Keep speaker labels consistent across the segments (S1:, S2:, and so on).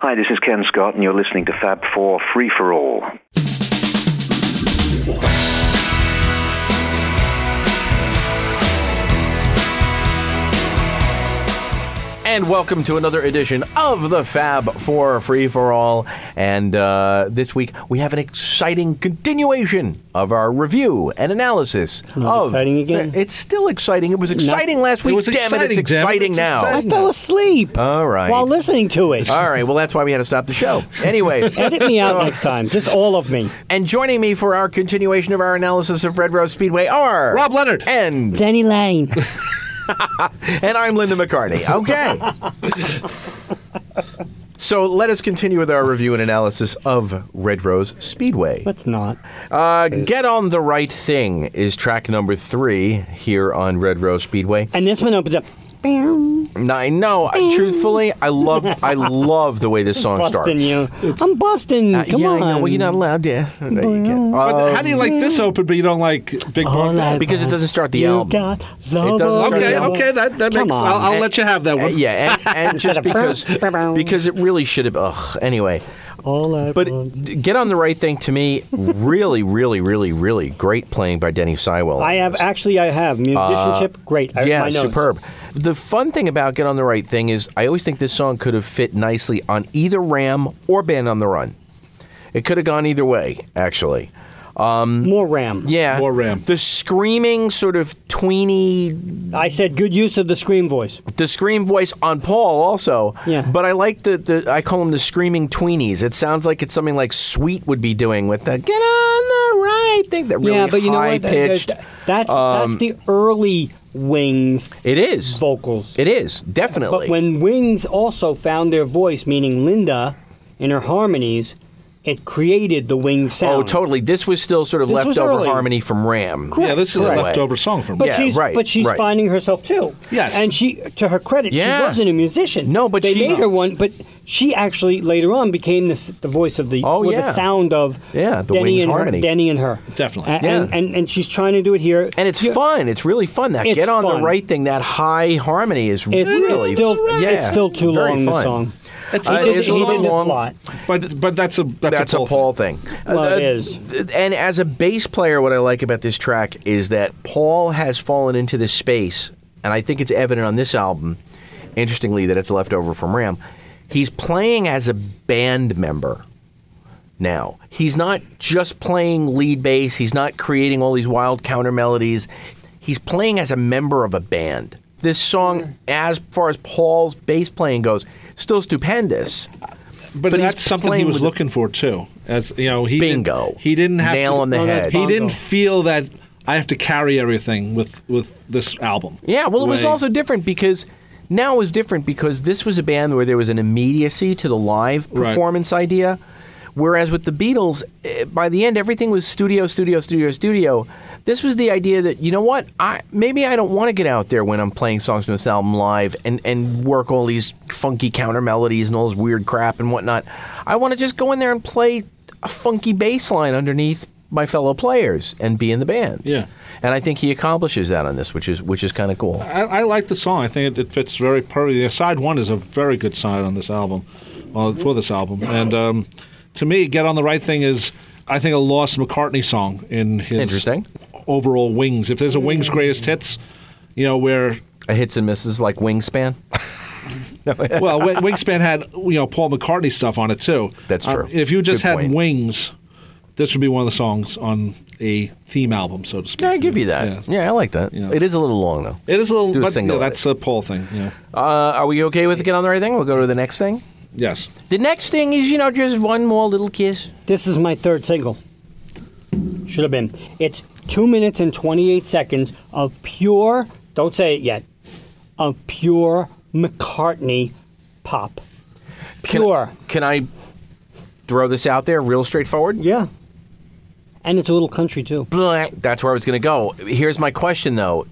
S1: Hi, this is Ken Scott, and you're listening to Fab 4 Free for All.
S2: And welcome to another edition of the Fab Four Free for All. And uh, this week we have an exciting continuation of our review and analysis.
S3: not
S2: of,
S3: exciting again?
S2: It's still exciting. It was exciting last week.
S4: was
S2: damn it, it's
S4: exciting, damn it,
S2: exciting
S4: it's
S2: now.
S3: I
S4: exciting.
S3: fell asleep
S2: All right.
S3: while listening to it.
S2: All right. Well, that's why we had to stop the show. Anyway.
S3: Edit me out next time, just all of me.
S2: And joining me for our continuation of our analysis of Red Rose Speedway are
S4: Rob Leonard.
S2: and
S3: Danny Lane.
S2: and I'm Linda McCartney. Okay. so let us continue with our review and analysis of Red Rose Speedway.
S3: That's not.
S2: Uh, Get on the right thing is track number three here on Red Rose Speedway.
S3: And this one opens up. Bam.
S2: Now, I know, truthfully, I love I love the way this song
S3: Busting
S2: starts.
S3: you. I'm busting.
S2: Uh,
S3: Come
S2: yeah, I
S3: on.
S2: know. Well, you're not allowed to. No, you can't. Uh,
S4: But how do you like this open, but you don't like Big Boy?
S3: All I
S2: because it
S3: want,
S2: doesn't start the
S3: you
S2: album.
S3: Got the
S2: It doesn't start
S3: boy.
S4: Okay,
S2: Yeah.
S4: okay, that, that
S3: Come
S4: makes.
S3: on.
S4: I'll, I'll let you have that
S2: Uh,
S4: one.
S2: yeah, and, and just
S3: of brr,
S2: because
S3: brr, brr.
S2: because it really should have. Ugh. Anyway,
S3: All I
S2: but
S3: want.
S2: d- get on the right thing to me. Really, really, really, really great playing by Denny Seiwell.
S3: I have actually I have musicianship. great. I,
S2: Uh, yeah,
S3: my notes.
S2: superb. The fun thing about Get on the Right Thing is I always think this song could have fit nicely on either Ram or Band on the Run. It could have gone either way, actually.
S3: More RAM.
S2: Yeah.
S4: Or Ram.
S2: The screaming sort of tweeny,
S3: I said good use of the scream voice.
S2: the scream voice on Paul also.
S3: Yeah.
S2: But I like the, the I call them the screaming tweenies. It sounds like it's something like Sweet would be doing with the Get on the Right Thing. That really um,
S3: yeah, but you know
S2: high
S3: what?
S2: pitched.
S3: That's that's the early Wings
S2: It is.
S3: vocals.
S2: It is definitely.
S3: But when Wings also found their voice, meaning Linda, in her harmonies, it created the Wing sound.
S2: Oh, totally. This was still sort of
S3: This was
S2: leftover
S3: early.
S2: harmony from Ram.
S3: Correct.
S4: Yeah, this is
S2: Right.
S4: a leftover song from.
S3: But
S2: Yeah,
S3: she's
S2: right,
S3: but she's
S2: right.
S3: finding herself too.
S4: Yes.
S3: And she, to her credit,
S2: Yeah.
S3: she wasn't a musician.
S2: No, but
S3: they
S2: she-
S3: made her one. But she actually later on became this, the voice of the
S2: Oh,
S3: or the
S2: yeah.
S3: sound of
S2: Yeah, the
S3: Denny
S2: Wings
S3: and
S2: harmony.
S3: her, Denny and her
S4: Definitely.
S3: A-
S2: Yeah.
S3: And, and and she's trying to do it here.
S2: And it's
S3: You-
S2: fun. It's really fun. That
S3: It's
S2: get on the
S3: fun.
S2: right thing. That high harmony is
S3: It's, it's
S2: really
S3: still
S2: yeah,
S3: it's still too
S2: very
S3: long. The
S2: fun.
S3: song.
S4: It's
S3: He
S2: Uh,
S3: did,
S2: it's a
S3: he did
S2: little
S3: this
S2: long.
S3: a lot.
S4: But but that's a that's,
S2: That's a Paul thing.
S3: Well, it is.
S2: th- And as a bass player, what I like about this track is that Paul has fallen into this space, and I think it's evident on this album. Interestingly, that it's left over from Ram. He's playing as a band member now. He's not just playing lead bass. He's not creating all these wild counter melodies. He's playing as a member of a band. This song, as far as Paul's bass playing goes, still stupendous.
S4: But,
S2: But he's
S4: that's something he
S2: playing
S4: was
S2: with-
S4: looking for too. As you know, he didn't-
S2: Bingo.
S4: he didn't have
S2: Nail
S4: to,
S2: on the No, that's head.
S4: He didn't
S3: bongo.
S4: feel that I have to carry everything with with this album.
S2: Yeah, well, it was
S4: Way-
S2: also different because now it was different because this was a band where there was an immediacy to the live
S4: Right.
S2: performance idea. Whereas with the Beatles, eh, by the end, everything was studio, studio, studio, studio. This was the idea that you know what, I maybe I don't want to get out there when I'm playing songs from this album live and and work all these funky counter melodies and all this weird crap and whatnot. I want to just go in there and play a funky bass line underneath my fellow players and be in the band.
S4: Yeah.
S2: and I think he accomplishes that on this, which is which is kind of cool.
S4: I, I like the song. I think it, it fits very perfectly. The Side one is a very good side on this album, well,
S2: Mm-hmm.
S4: for this album. And um, to me, "Get on the Right Thing" is, I think, a lost McCartney song in his
S2: Interesting. Mm.
S4: overall Wings. If there's a Wings greatest hits, you know where.
S2: A hits and misses like Wingspan.
S4: Well, Wi- Wingspan had you know Paul McCartney stuff on it too.
S2: That's
S4: Uh,
S2: true.
S4: if you just
S2: Good
S4: had
S2: point.
S4: Wings, this would be one of the songs on a theme album, so to speak.
S2: Yeah, I give you that.
S4: Yeah.
S2: Yeah, I like that.
S4: Yeah.
S2: It is a little long though.
S4: It is a little.
S2: Do a
S4: but,
S2: single
S4: yeah,
S2: of
S4: that's a Paul thing. Yeah.
S2: Uh, are we okay with get on the right thing? We'll go to the next thing.
S4: Yes.
S2: The next thing is you know just one more little kiss.
S3: This is my third single. Should have been. It's two minutes and 28 seconds of pure, don't say it yet, of pure McCartney pop.
S2: Can-
S3: Pure.
S2: Can I throw this out there real straightforward?
S3: yeah. And it's a little country too.
S2: Blah. That's where I was going to go. Here's my question though.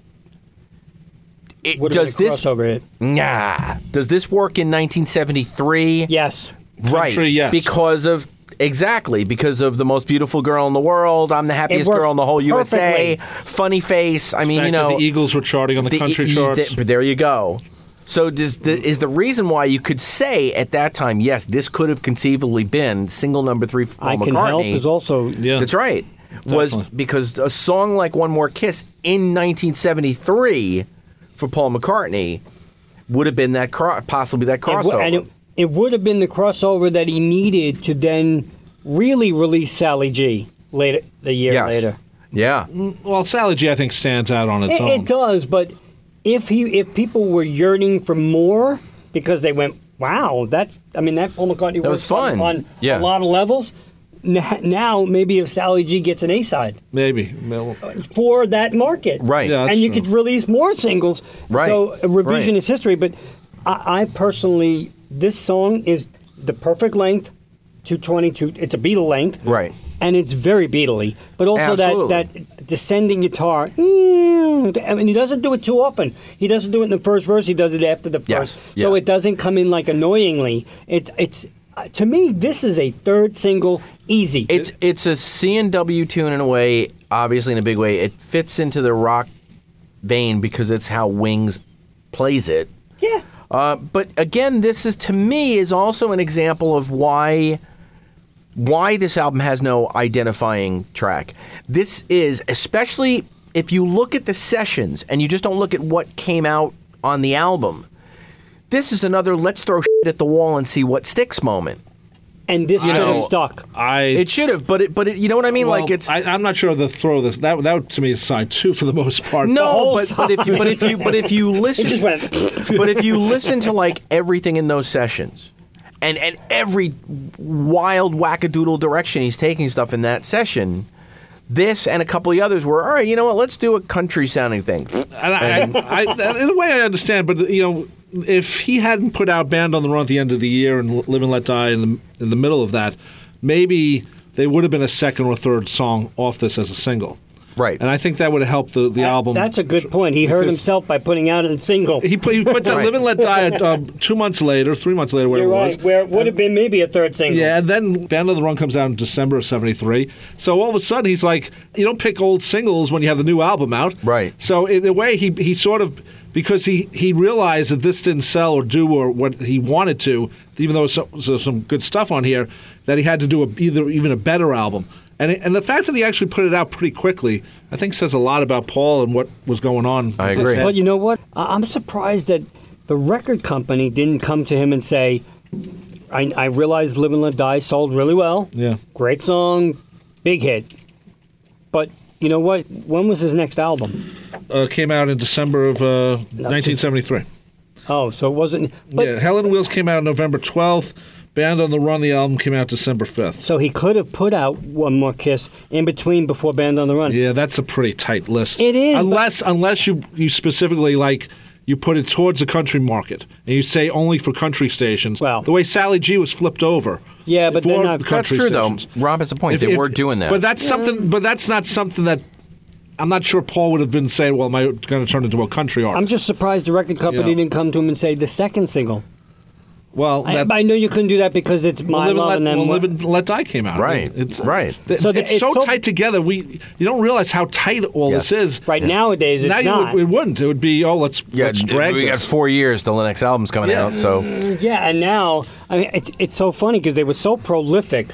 S2: It,
S3: Would
S2: does this
S3: over it?
S2: nah, does this work in 1973?
S3: Yes.
S2: Right.
S4: Country, yes.
S2: Because of exactly because of the most beautiful girl in the world. I'm the happiest
S3: worked
S2: girl in the whole USA. Funny face. I mean,
S4: fact
S2: you
S4: that
S2: know,
S4: the Eagles were charting on the, country
S2: e- e-
S4: charts.
S2: th- but there you go. So does the, is the reason why you could say at that time, yes, this could have conceivably been single number three for Paul
S3: I can help
S2: McCartney.
S3: is also
S4: Yeah.
S2: That's right. Was
S4: Definitely.
S2: because a song like One More Kiss in 1973 for Paul McCartney would have been that cro- possibly that
S3: It
S2: crossover.
S3: w- and it, it would have been the crossover that he needed to then really release Sally G later the year
S2: yes.
S3: later. Mm-hmm.
S2: Yeah.
S4: Well, Sally G, I think, stands out on its
S3: It,
S4: own.
S3: it does, but if he if people were yearning for more because they went, wow, that's I mean that Paul McCartney
S2: That was
S3: works on-
S2: fun.
S3: on
S2: Yeah.
S3: a lot of levels. N- now maybe if Sally G gets an A side
S4: Maybe. Well,
S3: for that market,
S2: Right. Yeah,
S4: that's
S3: and you
S4: true.
S3: could release more singles.
S2: Right.
S3: So uh, revisionist
S2: Right.
S3: history, but I, I personally, this song is the perfect length, two twenty two. It's a Beatle length,
S2: Right.
S3: And it's very Beatley, but also
S2: Absolutely.
S3: that that descending guitar. I mean, he doesn't do it too often. He doesn't do it in the first verse. He does it after the
S2: Yes,
S3: first. So
S2: yeah.
S3: it doesn't come in like annoyingly. It it's uh, to me this is a third single easy.
S2: It's it's a C and W tune in a way, obviously in a big way. It fits into the rock vein because it's how Wings plays it.
S3: yeah.
S2: Uh, but again, this is to me is also an example of why why this album has no identifying track. This is especially if you look at the sessions and you just don't look at what came out on the album. This is another let's throw shit at the wall and see what sticks moment.
S3: And this should
S2: know,
S3: have stuck.
S4: I.
S2: It should have, but it but it, you know what I mean?
S4: well,
S2: like it's
S4: I, I'm not sure the throw this. That, that to me is side two for the most part.
S2: No,
S3: whole
S2: but, but if you but if you but if you listen,
S3: just went-
S2: but if you listen to like everything in those sessions, and and every wild wackadoodle direction he's taking stuff in that session, this and a couple of the others were all right. You know what? Let's do a country sounding thing.
S4: And I, I, I, in a way, I understand, but you know, if he hadn't put out "Band on the Run" at the end of the year and "Live and Let Die" in the, in the middle of that, maybe they would have been a second or third song off this as a single.
S2: Right.
S4: And I think that would have helped the, the album.
S3: That's a good point. He hurt
S4: because-
S3: himself by putting out a single.
S4: He, put, he puts out
S2: Right.
S4: "Live and Let Die" at, um, two months later, three months later, whatever
S3: You're
S4: it was.
S3: right. Where it would have been maybe a third single.
S4: Yeah, and then Band on the Run comes out in December of '73. So all of a sudden, he's like, you don't pick old singles when you have the new album out,
S2: Right.
S4: So in a way, he he sort of because he he realized that this didn't sell or do or what he wanted to, even though so, so some good stuff on here, that he had to do a, either even a better album. And, it- and the fact that he actually put it out pretty quickly, I think, says a lot about Paul and what was going on.
S2: I
S4: with
S2: agree.
S4: his head.
S3: But you know what? I- I'm surprised that the record company didn't come to him and say, I, I realized Live and Let Die sold really well.
S4: Yeah.
S3: Great song, big hit. But you know what? When was his next album?
S4: uh, came out in December of uh, 1973.
S3: Oh, so it wasn't. But,
S4: yeah, Helen Wheels came out November 12th. Band on the Run, the album came out December 5th.
S3: So he could have put out One More Kiss in between before Band on the Run.
S4: Yeah, that's a pretty tight list.
S3: It is, but-
S4: Unless unless you, you specifically like you put it towards the country market and you say only for country stations.
S3: Well-
S4: the way Sally G was flipped over.
S3: Yeah, but
S4: It
S3: they're
S4: bought
S3: not-
S4: the
S2: That's
S4: country
S2: true though.
S4: stations.
S2: Rob has a point.
S4: If-
S2: they
S4: if-
S2: were doing that.
S4: But that's something but that's not something that I'm not sure Paul would have been saying, well, am I going to turn into a country artist?
S3: I'm just surprised the record company
S4: Yeah.
S3: didn't come to him and say the second single.
S4: well,
S3: I,
S4: that,
S3: but I know you couldn't do that because it's
S4: Well,
S3: my
S4: Live
S3: love
S4: and
S3: and
S4: Let,
S3: then
S4: well,
S3: what-
S4: Live and Let Die came out.
S2: Right,
S4: It's,
S2: right.
S4: th-
S3: So the-
S4: it's, so,
S3: it's so-
S4: tight together. We you don't realize how tight all
S2: Yes.
S4: this is.
S3: Right nowadays, it's
S4: now you
S3: not.
S4: Would, it wouldn't. It would be oh let's let's drag
S2: we got
S4: this.
S2: four years till the next album's coming
S4: Yeah.
S2: out.
S4: Mm.
S2: So
S3: yeah, and now I mean, it, it's so funny because they were so prolific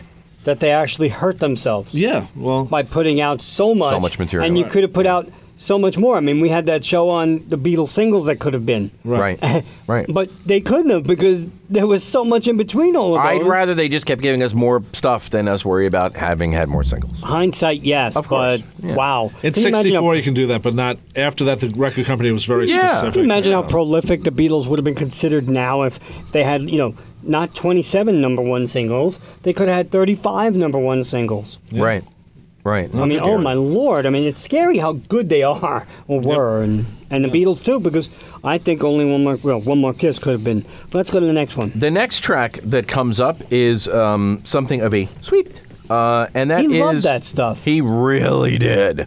S3: that they actually hurt themselves
S4: yeah. Well.
S3: by putting out so much,
S2: much material.
S3: and you
S2: Right.
S3: could have put out so much more. I mean, we had that show on the Beatles singles that could have been,
S2: right, right.
S3: but they couldn't have because there was so much in between all of those.
S2: I'd rather they just kept giving us more stuff than us worry about having had more singles.
S3: hindsight, yes,
S2: Of course,
S3: but
S2: yeah.
S3: wow,
S4: in
S3: Can you imagine
S4: '64,
S3: how-
S4: you can do that, but not after that. The record company was very
S2: Yeah.
S4: specific.
S2: Can
S3: Can you imagine how prolific the Beatles would have been considered now if they had, you know, not 27 number one singles. They could have had 35 number one singles.
S2: Right, right.
S3: I mean, oh
S4: scary.
S3: my lord! I mean, it's scary how good they are or were, and and the Beatles too, because I think only one more, well, one more kiss could have been. Let's go to the next one.
S2: The next track that comes up is um, something of a sweet, uh, and that is
S3: He loved that stuff.
S2: He really did.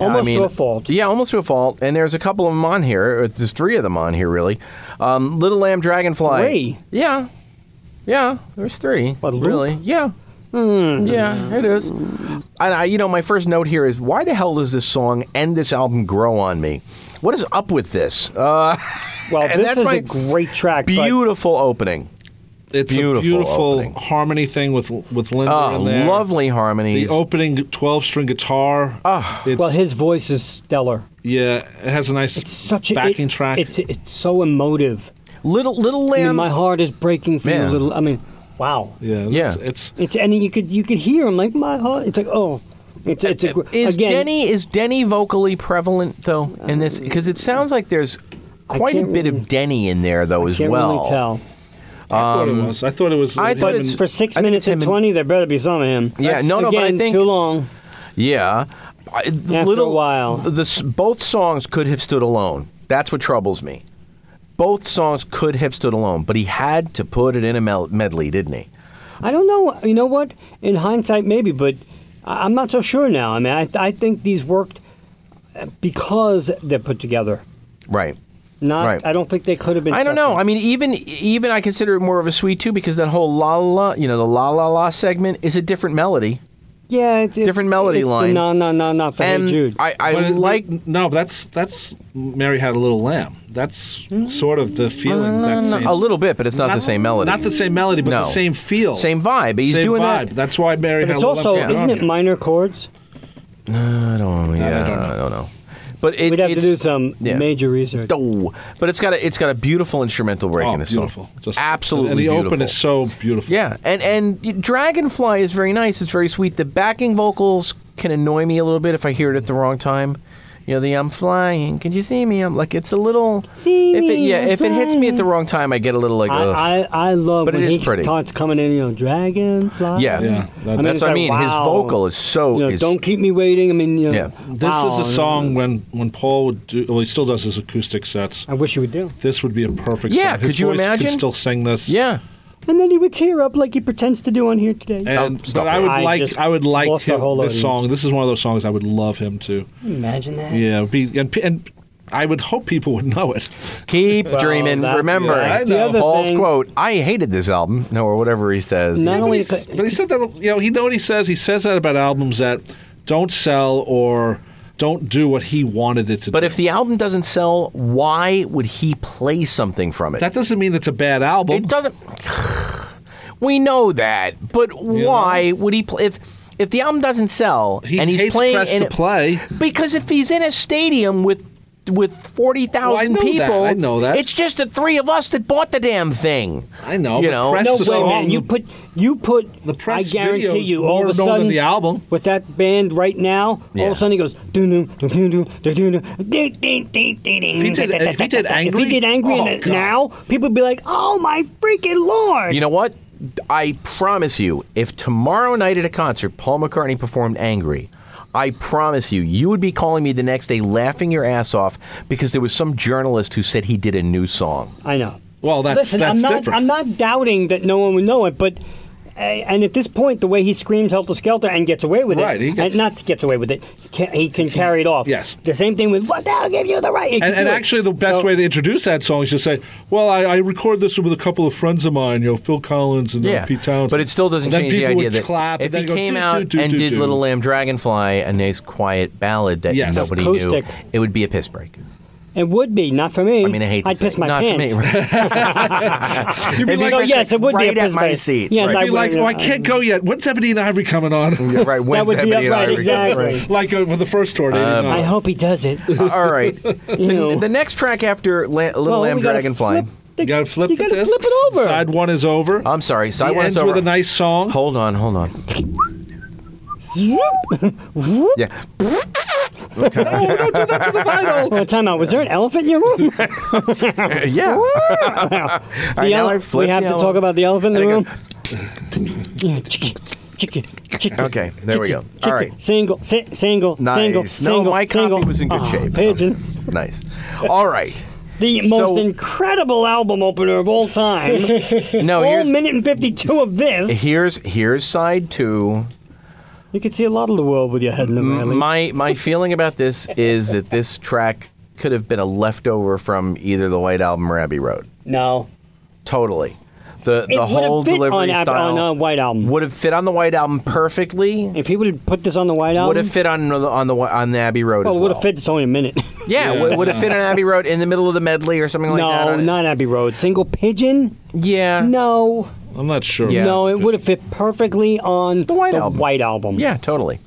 S2: And
S3: Almost to a fault.
S2: Yeah, almost to a fault. And there's a couple of them on here. or There's three of them on here, really. Um, Little Lamb Dragonfly.
S3: Three?
S2: Yeah, yeah. There's three.
S3: What, Loop? Hmm.
S2: really? Yeah. Yeah, it is. And I, you know, my first note here is why the hell does this song and this album grow on me? What is up with this? Uh,
S3: Well,
S2: and
S3: this
S2: that's
S3: is
S2: my
S3: a great track. but-
S2: beautiful opening.
S4: It's
S2: Beautiful
S4: a beautiful
S2: opening.
S4: harmony thing with with Linda
S2: Oh,
S4: in there.
S2: lovely
S4: The
S2: harmonies.
S4: opening twelve string guitar.
S2: Ah.
S4: it's,
S3: well, his voice is stellar.
S4: yeah, it has a nice
S3: It's such a
S4: backing
S3: it-
S4: track.
S3: It's it's so emotive.
S2: little Little
S3: I
S2: Lamb.
S3: mean, my heart is breaking for
S2: Man.
S3: you, little. I mean, wow.
S4: yeah,
S2: Yeah.
S4: It's, it's
S3: It's and you could you could hear him like my heart. It's like oh, it's it's a, gr-
S2: Uh, is
S3: again, Uh,
S2: Denny is Denny vocally prevalent though in this? Because it sounds like there's
S3: I
S2: quite a
S3: can't
S2: bit
S3: really-
S2: of Denny in there though as
S3: Can't
S2: well.
S3: really tell.
S4: I thought it was. I thought it was.
S2: Um, I thought
S4: him
S2: it's-
S4: and-
S3: For six
S2: I think
S3: minutes
S2: it's
S3: and
S2: him and-
S3: twenty, there better be some of him.
S2: Yeah,
S3: That's,
S2: no, no, but I
S3: again,
S2: think-
S3: too long.
S2: Yeah, I, the
S3: a
S2: little
S3: while.
S2: The, the s- both songs could have stood alone. That's what troubles me. Both songs could have stood alone, but he had to put it in a mel- medley, didn't he?
S3: I don't know. You know what? In hindsight, maybe, but I- I'm not so sure now. I mean, I, I think these worked uh, because they're put together.
S2: Right.
S3: Not.
S2: Right.
S3: I don't think they could have been.
S2: I don't know.
S3: separate.
S2: I mean, even even I consider it more of a sweet too because that whole la la, you know, the la la la segment is a different melody,
S3: yeah, it's, it's-
S2: different melody
S3: it's the
S2: line.
S3: No, no, no, no. For Hey
S2: and
S3: Jude.
S2: I, I
S4: but it-
S2: like
S4: no, but that's that's Mary had a little lamb. That's sort of the feeling. that same,
S2: a little bit, but it's not, the same melody.
S4: Not the same melody, but
S2: No.
S4: the same feel.
S2: Same vibe. He's
S4: Same
S2: doing
S4: vibe.
S2: that.
S4: That's why Mary
S3: but
S4: had
S3: it's
S4: a little
S3: also
S4: lamb.
S3: isn't it minor chords?
S2: I don't. Yeah,
S4: don't know.
S2: I don't know. But it,
S3: We'd have to
S2: it's-
S3: do some
S2: yeah.
S3: major research.
S2: Oh, but it's got a it's got a beautiful instrumental break
S4: Oh,
S2: in this
S4: beautiful.
S2: song.
S4: Just-
S2: Absolutely
S4: And the
S2: beautiful.
S4: open is so beautiful.
S2: yeah, and and Dragonfly is very nice. It's very sweet. The backing vocals can annoy me a little bit if I hear it at the wrong time. You know, the I'm flying. Can you see me? I'm like it's a little.
S3: See
S2: if it,
S3: me,
S2: yeah,
S3: I'm
S2: if it hits me at the wrong time, I get a little like. ugh.
S3: I, I, I love
S2: But it
S3: when
S2: is
S3: he
S2: pretty.
S3: starts coming in, you know, dragonfly.
S2: yeah,
S4: Yeah, that-
S2: that's what
S3: it's
S2: I
S3: like,
S2: mean. His
S3: wow.
S2: vocal is so.
S3: You know,
S2: is,
S3: don't keep me waiting. I mean, you know,
S2: Yeah.
S4: This
S3: wow.
S4: is a song when when Paul would do. Well, he still does his acoustic sets.
S3: I wish you would do.
S4: This would be a perfect.
S2: Yeah,
S4: song. His
S2: could you
S4: voice
S2: imagine?
S4: Could still sing this.
S2: yeah,
S3: And then he would tear up like he pretends to do on here today.
S4: And,
S2: Oh, stop
S4: but I
S2: it.
S4: would
S3: I
S4: like
S3: just
S4: I would like
S3: lost our
S4: him-
S3: whole
S4: this
S3: audience.
S4: song. This is one of those songs I would love him to.
S3: Can you Imagine that.
S4: Yeah, it'd be, and pe- and I would hope people would know it.
S2: keep dreaming.
S3: that's-
S2: Remember
S3: that's
S4: the
S3: other
S2: Paul's
S3: thing.
S2: quote. I hated this album, no, or whatever he says.
S3: Not
S4: But,
S3: only
S4: he's- but he said that you know he know what he says. He says that about albums that don't sell or don't do what he wanted it to.
S2: But
S4: do.
S2: if the album doesn't sell, why would he play something from it?
S4: that doesn't mean it's a bad album.
S2: it doesn't. we know that, but why would he play if? If the album doesn't sell
S4: He
S2: and he's
S4: hates
S2: playing
S4: press
S2: in
S4: to
S2: a-
S4: play.
S2: because if he's in a stadium with with forty thousand
S4: Well, I know that.
S2: people,
S4: I know that.
S2: it's just the three of us that bought the damn thing.
S4: I know,
S2: you
S4: but
S2: know.
S4: press
S3: No
S4: the
S3: way,
S4: song,
S3: man! You
S4: the-
S3: put you put.
S4: the press
S3: I guarantee
S4: video's
S3: you, all
S4: more
S3: of a
S4: known than
S3: sudden,
S4: the album.
S3: with that band right now, all
S2: Yeah.
S3: of a sudden he goes. Doo doo doo doo doo doo doo ding, ding, ding, ding, ding.
S4: If he did- if he did Angry-
S3: if he did angry
S4: oh,
S3: in it
S4: God.
S3: now, people would be like, "Oh my freaking lord!"
S2: You know what? I promise you, if tomorrow night at a concert Paul McCartney performed Angry, I promise you, you would be calling me the next day laughing your ass off because there was some journalist who said he did a new song.
S3: I know.
S4: Well, that's-
S3: Listen,
S4: that's
S3: I'm not,
S4: different.
S3: I'm not doubting that no one would know it, but uh, and at this point, the way he screams "Helter Skelter" and gets away with
S4: Right,
S3: it,
S4: he gets-
S3: and not gets away with it, can, he can carry it off.
S4: Yes.
S3: The same thing with "What the hell gave you the right?" He can
S4: And, and
S3: do it.
S4: actually, the best
S3: So-
S4: way to introduce that song is to say, "Well, I, I record this with a couple of friends of mine, you know, Phil Collins and uh,
S2: Yeah,
S4: Pete Townsend."
S2: but it still doesn't
S4: And then
S2: change the
S4: people
S2: idea
S4: would
S2: that
S4: clap, and
S2: if
S4: then
S2: he
S4: go,
S2: came
S4: "Do,
S2: out
S4: do, do,
S2: and
S4: do,
S2: did
S4: do."
S2: Little Lamb Dragonfly, a nice quiet ballad that
S4: Yes.
S2: nobody
S3: Acoustic.
S2: knew, it would be a piss break.
S3: It would be not for me.
S2: I mean, I hate to
S3: I'd
S2: say,
S3: piss my
S2: not
S3: pants.
S2: for me.
S4: You'd be
S2: It'd be
S4: like,
S3: Oh
S2: Right
S3: yes, it would be
S2: right
S3: a
S2: at
S3: piss
S2: my
S3: break.
S2: seat.
S3: Yes,
S2: Right.
S3: I
S4: be
S3: would.
S4: like, "Oh, I can't go yet. When's Ebony and Ivory coming on?"
S2: You're right, when's
S3: would be
S2: Ebony and
S3: upright,
S2: Ivory?
S3: exactly.
S4: like uh, with the first tornado.
S2: Um,
S3: I hope he does it.
S2: Uh, All right. the,
S3: know.
S2: the next track after La- Little
S3: Well,
S2: Lamb
S3: we gotta
S2: Dragonfly.
S3: flip the-
S4: you gotta flip
S3: you
S4: the
S3: gotta
S4: discs.
S3: flip it over.
S4: Side one is over.
S2: I'm sorry. So I
S4: he
S2: went
S4: ends
S2: over.
S4: with a nice song.
S2: Hold on, hold on.
S3: Zoop. Whoop.
S2: Yeah.
S4: no, don't do that to the vinyl.
S3: Well, time out. Was there an elephant in your room? the
S2: yeah. All right, now I
S3: ele-
S2: flipped
S3: we have
S2: the
S3: to
S2: ele-
S3: talk about the elephant in the
S2: And
S3: room. Yeah, chicken, chicken, chicken.
S2: Okay, there we
S3: chicken,
S2: go.
S3: Chicken,
S2: All right.
S3: Single, si- single,
S2: Nice.
S3: single,
S2: No,
S3: single.
S2: my copy
S3: single.
S2: was in good
S3: Ah,
S2: shape.
S3: Pigeon.
S2: Nice. All right.
S3: The
S2: So-
S3: most incredible album opener of all time.
S2: No,
S3: all
S2: Oh, here's
S3: minute and 52 of this.
S2: here's here's side two.
S3: You could see a lot of the world with your head in the valley.
S2: My my feeling about this is that this track could have been a leftover from either the White Album or Abbey Road.
S3: no.
S2: Totally. The the
S3: it would've
S2: whole
S3: fit
S2: delivery
S3: on, Ab-
S2: style
S3: on uh, White Album.
S2: would have fit on the White Album perfectly.
S3: if he would have put this on the White Album,
S2: Would have fit on the- on the on the Abbey Road.
S3: well,
S2: as
S3: it
S2: well.
S3: would have fit. It's only a minute.
S2: Yeah, would- would have fit on Abbey Road in the middle of the medley or something like that. Uh.
S3: no,
S2: on it.
S3: not Abbey Road. Single Pigeon.
S2: Yeah.
S3: No,
S4: I'm not sure.
S2: Yeah.
S3: no, it would have fit perfectly on the
S2: White Album.
S3: White Album.
S2: Yeah, totally.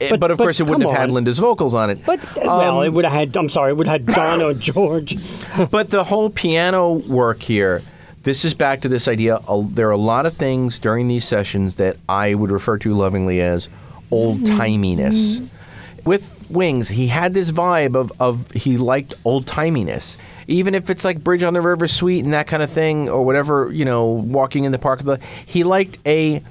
S2: Eh,
S3: But-
S2: But, of
S3: but
S2: course, it wouldn't
S3: come
S2: have had
S3: on.
S2: Linda's vocals on it. Um,
S3: But well, it would have had. I'm sorry, it would have had John or George.
S2: But the whole piano work here, this is back to this idea. uh, There are a lot of things during these sessions that I would refer to lovingly as old
S4: Mm-hmm.
S2: timiness. With Wings, he had this vibe of, of he liked old timiness. Even if it's like Bridge on the River Suite and that kind of thing, or whatever, you know, walking in the park. The, he liked a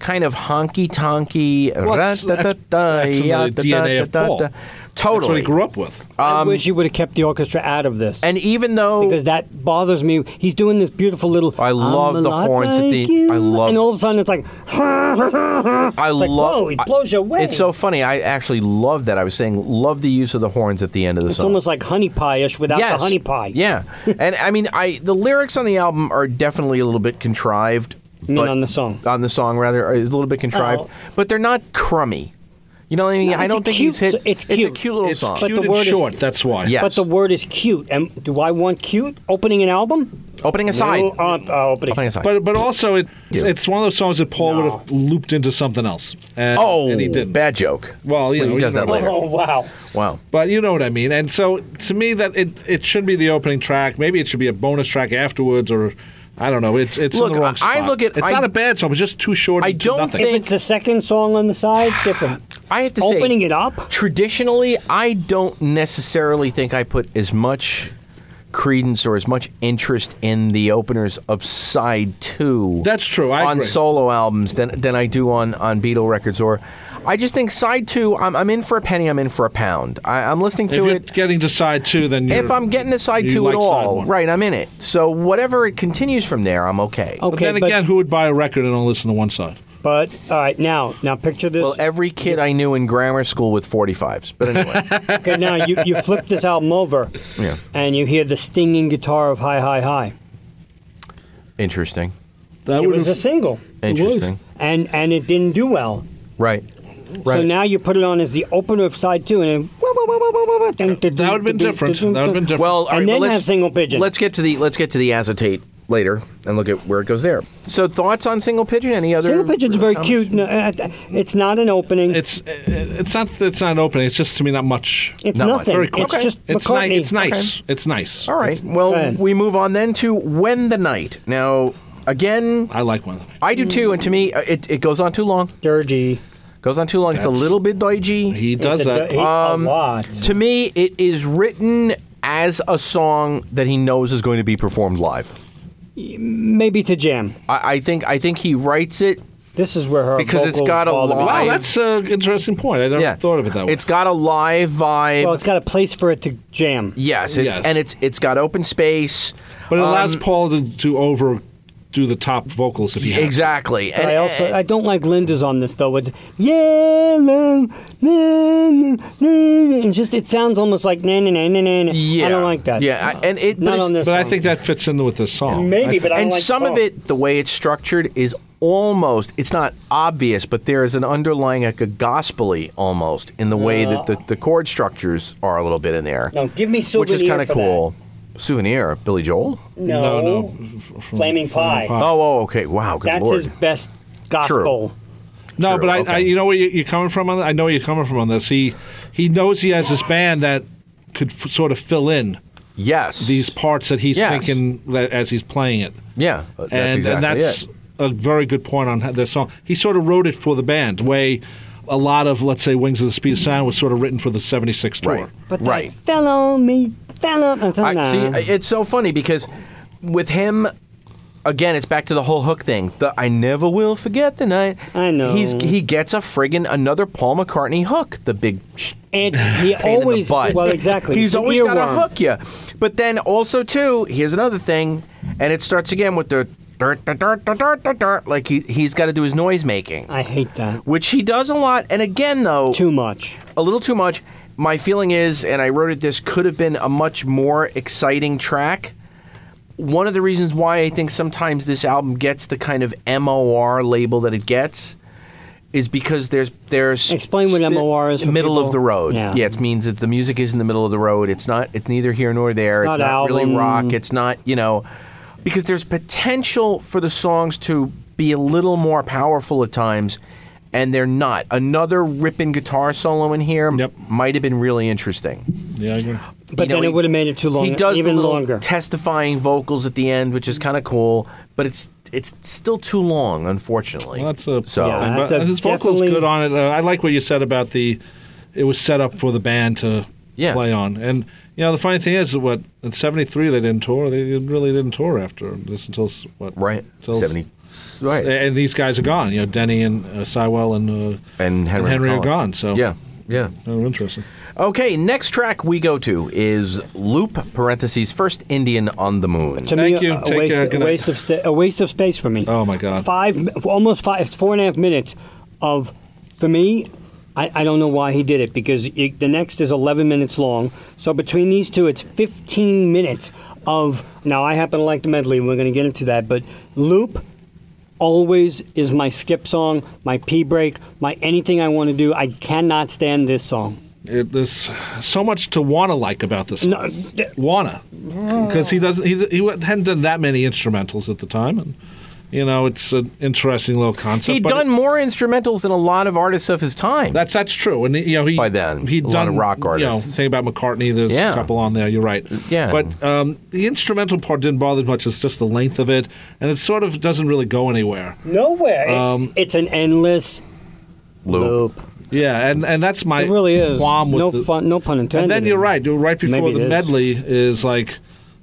S2: kind of honky tonky.
S4: Well, that's- that's- that's in the DNA of Paul.
S2: Totally.
S4: That's what he grew up with.
S3: I wish he would have kept the orchestra out of this.
S2: Um, And even though
S3: because that bothers me. He's doing this beautiful little.
S2: I
S3: "I'm
S2: love
S3: a
S2: the
S3: lot
S2: horns at the-
S3: like you,"
S2: I love-
S3: And all of a sudden, it's like
S2: I
S3: like,
S2: love.
S3: whoa, it blows you away.
S2: It's so funny. I actually love that. I was saying, love the use of the horns at the end of the
S3: it's
S2: song.
S3: almost like honey pie-ish without
S2: yes,
S3: the honey pie.
S2: Yeah, and I mean, I the lyrics on the album are definitely a little bit contrived.
S3: mean
S2: but-
S3: on the song?
S2: On the song, rather, are- is a little bit contrived,
S3: Oh.
S2: but they're not crummy. You know what I mean?
S3: No,
S2: I
S3: it's a
S2: don't think he's
S3: cute-
S2: hit.
S3: it's
S2: a
S3: cute.
S2: cute little
S4: It's
S2: song.
S4: cute
S3: the
S4: and
S3: word is-
S4: short. that's why.
S2: Yeah.
S3: But
S2: Yes.
S3: the word is cute. And do I want cute opening an album?
S2: Opening aside.
S3: No, uh, uh,
S2: Opening
S3: opening aside.
S2: aside.
S4: But but also it, it's,
S2: Yeah.
S4: it's one of those songs that Paul
S3: No.
S4: would have looped into something else. And,
S2: oh,
S4: and he didn't.
S2: bad joke.
S4: Well, you
S2: When
S4: know,
S2: he
S4: you
S2: does that
S4: know.
S2: later.
S3: Oh wow!
S2: Wow.
S4: But you know what I mean. And so to me, that it it should be the opening track. Maybe it should be a bonus track afterwards, or I don't know. It's it's
S2: Look,
S4: in the wrong
S2: I- I
S4: spot.
S2: look at-
S4: it's
S2: I-
S4: not a bad song. It's just too short.
S2: I
S4: and too
S2: don't
S4: nothing.
S2: think-
S3: If it's the second song on the side, different.
S2: I have to say,
S3: opening it up.
S2: traditionally, I don't necessarily think I put as much credence or as much interest in the openers of side two.
S4: That's true, I
S2: on
S4: agree.
S2: solo albums than than I do on on Beatle records. Or I just think side two. I'm, I'm in for a penny. I'm in for a pound. I, I'm listening
S4: if
S2: to
S4: you're
S2: it.
S4: getting to side two, then you're,
S2: If I'm getting to side
S4: you
S2: two
S4: like
S2: at
S4: side
S2: all,
S4: one.
S2: right, I'm in it. So whatever it continues from there, I'm okay.
S4: But
S3: Okay,
S4: then again, who would buy a record and only listen to one side?
S3: but all right now, now picture this.
S2: Well, every kid I knew in grammar school with 45s. But anyway,
S3: Okay, now you, you flip this album over,
S2: Yeah.
S3: and you hear the stinging guitar of High High High.
S2: interesting,
S4: That
S3: It
S4: would
S3: was a single,
S2: interesting,
S3: and and it didn't do well.
S2: right, right.
S3: So now you put it on as the opener of side two, and then, that
S4: that would have been different. That would have been different.
S2: Well, all
S3: And
S2: right,
S3: then
S2: well, let's-
S3: have single pigeon.
S2: Let's get to the let's get to the acetate later and look at where it goes there. So thoughts on single pigeon? Any other
S3: Single pigeon's very
S2: comments?
S3: cute. No, uh, it's not an opening.
S4: it's it's not it's not opening. It's just to me not much.
S3: It's
S2: not much.
S3: nothing.
S2: Very quick.
S3: It's
S2: Okay.
S3: just
S4: It's, ni-
S3: McCartney.
S4: it's nice. It's nice.
S2: All right. Well,
S3: Go ahead.
S2: we move on then to when the night. Now, again,
S4: I like one of them.
S2: I do too, and to me, uh, it, it goes on too long.
S3: Dirgy.
S2: Goes on too long. it's a
S4: That's-
S2: little bit dodgy.
S4: He does
S3: It's a-
S4: that.
S3: he-
S2: Um,
S3: a lot.
S2: to me, it is written as a song that he knows is going to be performed live.
S3: Maybe to jam.
S2: I, I think I think he writes it
S3: This is where her
S2: Because it's
S3: vocals
S2: got a
S3: bother me.
S2: lot-
S4: wow,
S2: I've-
S4: that's an interesting point. I never
S2: yeah.
S4: thought of it that way.
S2: It's got a live vibe.
S3: Well, it's got a place for it to jam.
S2: yes, it's,
S4: Yes.
S2: and it's it's got open space.
S4: but it
S2: um,
S4: allows Paul to, to overdo the top vocals if he has.
S2: Exactly.
S3: But
S2: And, eh,
S3: I also
S2: and-
S3: I don't like Linda's on this though. With yellow, na, na, na, and just it sounds almost like na na na na na. na.
S2: yeah,
S3: I don't like that.
S2: Yeah, I- and it. but
S3: Not
S2: it's-
S3: on this.
S4: But I
S3: song.
S4: think that fits in with this song.
S3: Maybe, but I don't
S2: And
S3: like the
S2: some of
S3: song.
S2: it, the way it's structured, is almost. It's not obvious, but there is an underlying like a gospely almost in the way that the, the chord structures are a little bit in there,
S3: Uh, No, give me
S2: which
S3: souvenir
S2: is kind of
S3: for
S2: cool. Souvenir, Billy Joel.
S3: That. No,
S4: No, no.
S3: Flaming Pie.
S4: Pie.
S2: Oh, oh, okay. Wow, good
S3: That's
S2: lord.
S3: his best gospel.
S4: No,
S2: True,
S4: but I, I,
S2: okay.
S4: you know where you, you're coming from. On that? I know where you're coming from on this. He, he knows he has this band that could f- sort of fill in
S2: yes,
S4: these parts that he's
S2: Yes.
S4: thinking that as he's playing it.
S2: Yeah, that's
S4: and,
S2: exactly
S4: and that's
S2: it.
S4: a very good point on how- this song. He sort of wrote it for the band. Way a lot of let's say Wings of the Speed of Sound was sort of written for the '76 tour.
S2: Right.
S3: But that
S2: right.
S3: fell on me, fell on. I said,
S2: I,
S3: nah.
S2: see, it's so funny because with him, again, it's back to the whole hook thing. The I never will forget the night.
S3: I know.
S2: He's he gets a friggin' another Paul McCartney hook. The big. Sh-
S3: and he
S2: pain in
S3: always
S2: the butt.
S3: well exactly.
S2: He's
S3: It's an
S2: always got to
S3: earworm.
S2: hook you. But then also too, here's another thing, and it starts again with the dirt, dirt, dirt, dirt, dirt, dirt, like he he's got to do his noise making,
S3: I hate that
S2: which he does a lot. And again though,
S3: too much.
S2: a little too much. My feeling is, and I wrote it, this could have been a much more exciting track. one of the reasons why I think sometimes this album gets the kind of MOR label that it gets is because there's there's
S3: Explain what
S2: sti-
S3: MOR is for
S2: middle
S3: people.
S2: of the road.
S3: Yeah.
S2: it means that the music is in the middle of the road. It's not it's neither here nor there. It's
S3: Not
S2: not really
S3: album.
S2: rock. It's not, you know, because there's potential for the songs to be a little more powerful at times and they're not. Another ripping guitar solo in here
S4: Yep.
S2: might have been really interesting.
S4: Yeah, I agree.
S2: You
S3: But
S2: know,
S3: then
S2: he-
S3: it would have made it too long.
S2: He does the
S3: even
S2: little
S3: longer.
S2: testifying vocals at the end, which is kind of cool, but it's it's still too long, unfortunately.
S4: Well, that's a
S2: so.
S4: yeah,
S3: Yeah,
S4: but
S3: that's a
S4: his vocals
S3: definitely-
S4: good on it. Uh, I like what you said about the. It was set up for the band to
S2: Yeah.
S4: play on, and you know the funny thing is, what in '73 they didn't tour. They didn't- really didn't tour after this until s- what
S2: Right,
S4: Till,
S2: seventy. Right,
S4: And these guys are gone. You know, Denny and uh, Sywell and uh,
S2: and Henry,
S4: are
S2: McCollum.
S4: gone. So
S2: yeah, yeah.
S4: Oh, interesting.
S2: Okay, next track we go to is Loop parentheses First Indian on the Moon.
S3: to
S4: Thank
S3: me,
S4: you.
S3: A,
S4: Take
S3: waste,
S4: care. Good
S3: a
S4: night.
S3: waste of sta- a waste of space for me.
S4: Oh, my God.
S3: Five, almost five, four and a half minutes of, for me, I, I don't know why he did it because it, the next is 11 minutes long. So between these two, it's 15 minutes of. Now I happen to like the medley. and We're going to get into that, but loop. Always is my skip song, my pee break, my anything I want to do. I cannot stand this song.
S4: It, there's so much to wanna like about this.
S3: No, Oh.
S4: song. wanna, because he doesn't. He, he hadn't done that many instrumentals at the time, and you know it's an interesting little concept.
S2: He'd
S4: but
S2: done
S4: it-
S2: more instrumentals than a lot of artists of his time.
S4: that's that's true, and you know he
S2: By then,
S4: he'd
S2: a lot
S4: done
S2: of rock
S4: You know,
S2: artists.
S4: think about McCartney. There's
S2: Yeah.
S4: a couple on there. You're right.
S2: Yeah.
S4: but um, the instrumental part didn't bother me much. It's just the length of it, and it sort of doesn't really go anywhere.
S3: nowhere. It- Um, it's an endless
S2: Loop.
S3: loop.
S4: Yeah, and and that's my
S3: It really is.
S4: qualm with
S3: no
S4: the-
S3: fun, no pun intended.
S4: And then you're right. you're Right before
S3: Maybe
S4: the
S3: it is.
S4: medley is like,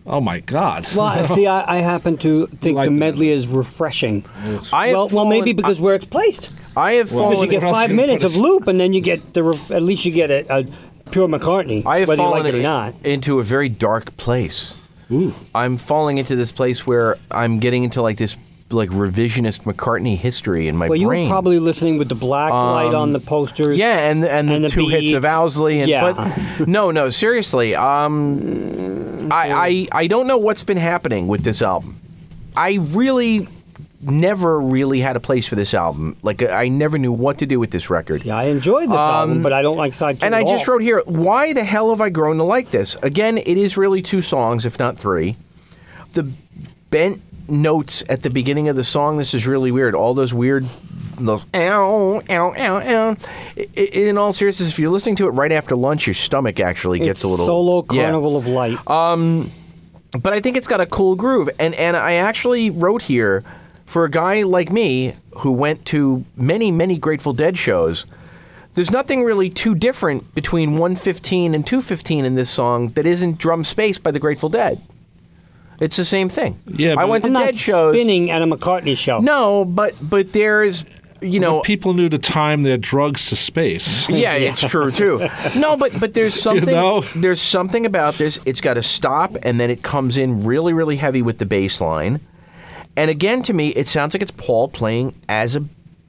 S4: oh my god.
S3: Well, I- see, I, I happen to think
S4: like
S3: the
S4: the
S3: medley is refreshing.
S2: I have
S3: well, well,
S2: fallen-
S3: maybe because where it's placed,
S2: I have
S4: Well,
S3: because you
S2: fallen.
S3: get
S4: where else
S3: five
S4: you gonna
S3: minutes
S4: put
S3: of
S4: it?
S3: loop, and then you get the re- at least you get a, a pure McCartney,
S2: I have
S3: whether you
S2: fallen
S3: like it or
S2: in-
S3: not.
S2: into a very dark place.
S4: Ooh.
S2: I'm falling into this place where I'm getting into like this like revisionist McCartney history in my
S3: Well, you
S2: brain. Um,
S3: were probably listening with the black light on the posters.
S2: yeah, and and the
S3: and the
S2: two hits of
S3: beats.
S2: Owsley and
S3: Yeah.
S2: but no, no, seriously. Um I, I I don't know what's been happening with this album. I really never really had a place for this album. Like I never knew what to do with this record.
S3: yeah. I enjoyed this album, but I don't like side
S2: Um,
S3: two.
S2: And
S3: at
S2: I just
S3: all.
S2: wrote here, why the hell have I grown to like this? Again, it is really two songs, if not three. The bent notes at the beginning of the song, this is really weird. All those weird, those ow, ow, ow, ow. I- I- In all seriousness, if you're listening to it right after lunch, your stomach actually gets
S3: It's
S2: a little
S3: solo
S2: Yeah. Uh,
S3: carnival of light.
S2: But I think it's got a cool groove. And and I actually wrote here for a guy like me who went to many many Grateful Dead shows. There's nothing really too different between 115 and 215 in this song that isn't drum space by the Grateful Dead. It's the same thing.
S4: Yeah,
S2: I
S4: but-
S2: went to
S3: I'm not
S2: Dead shows.
S3: spinning at a McCartney show.
S2: No, but but there's you know
S4: people knew to time their drugs to space.
S2: yeah, it's true too. No, but but there's something
S4: know?
S2: there's something about this. It's got to stop, and then it comes in really really heavy with the bass line. And again, to me, it sounds like it's Paul playing as a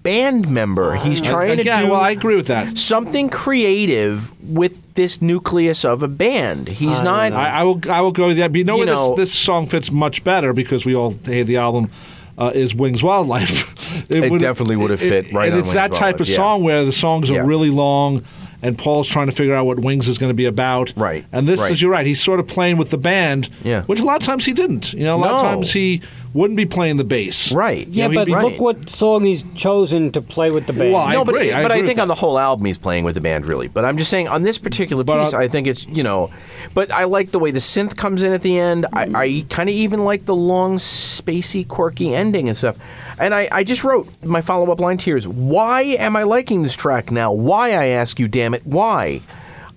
S2: band member. He's trying
S4: Uh, Again,
S2: to do
S4: well, I agree with that.
S2: something creative with this nucleus of a band. He's not.
S4: I, I will. I will go with that. But you know,
S2: You
S4: where
S2: know-
S4: this, this song fits much better because we all hate the album. Uh, is Wings Wildlife? it would've-
S2: definitely would've fit right
S4: And
S2: on
S4: it's
S2: Wings
S4: that type
S2: Wildlife,
S4: of
S2: yeah.
S4: song where the songs are
S2: Yeah.
S4: really long, and Paul's trying to figure out what Wings is going to be about.
S2: Right,
S4: And this
S2: right.
S4: is you're right. He's sort of playing with the band.
S2: Yeah.
S4: Which a lot of times he didn't. You know, a lot of
S2: No.
S4: times he wouldn't be playing the bass.
S2: Right.
S4: You
S3: Yeah,
S4: know, he'd
S3: but
S4: be-
S2: right.
S3: look what song he's chosen to play with the band.
S4: Well, I
S2: no, but
S4: agree. I
S2: but
S4: agree
S2: I
S4: with
S2: think
S4: that.
S2: on the whole album he's playing with the band really. But I'm just saying on this particular
S4: But, uh,
S2: piece, I think it's you know, but I like the way the synth comes in at the end. I, I kind of even like the long, spacey, quirky ending and stuff. And I, I just wrote my follow up line to yours. Why am I liking this track now? Why I ask you, damn it, why?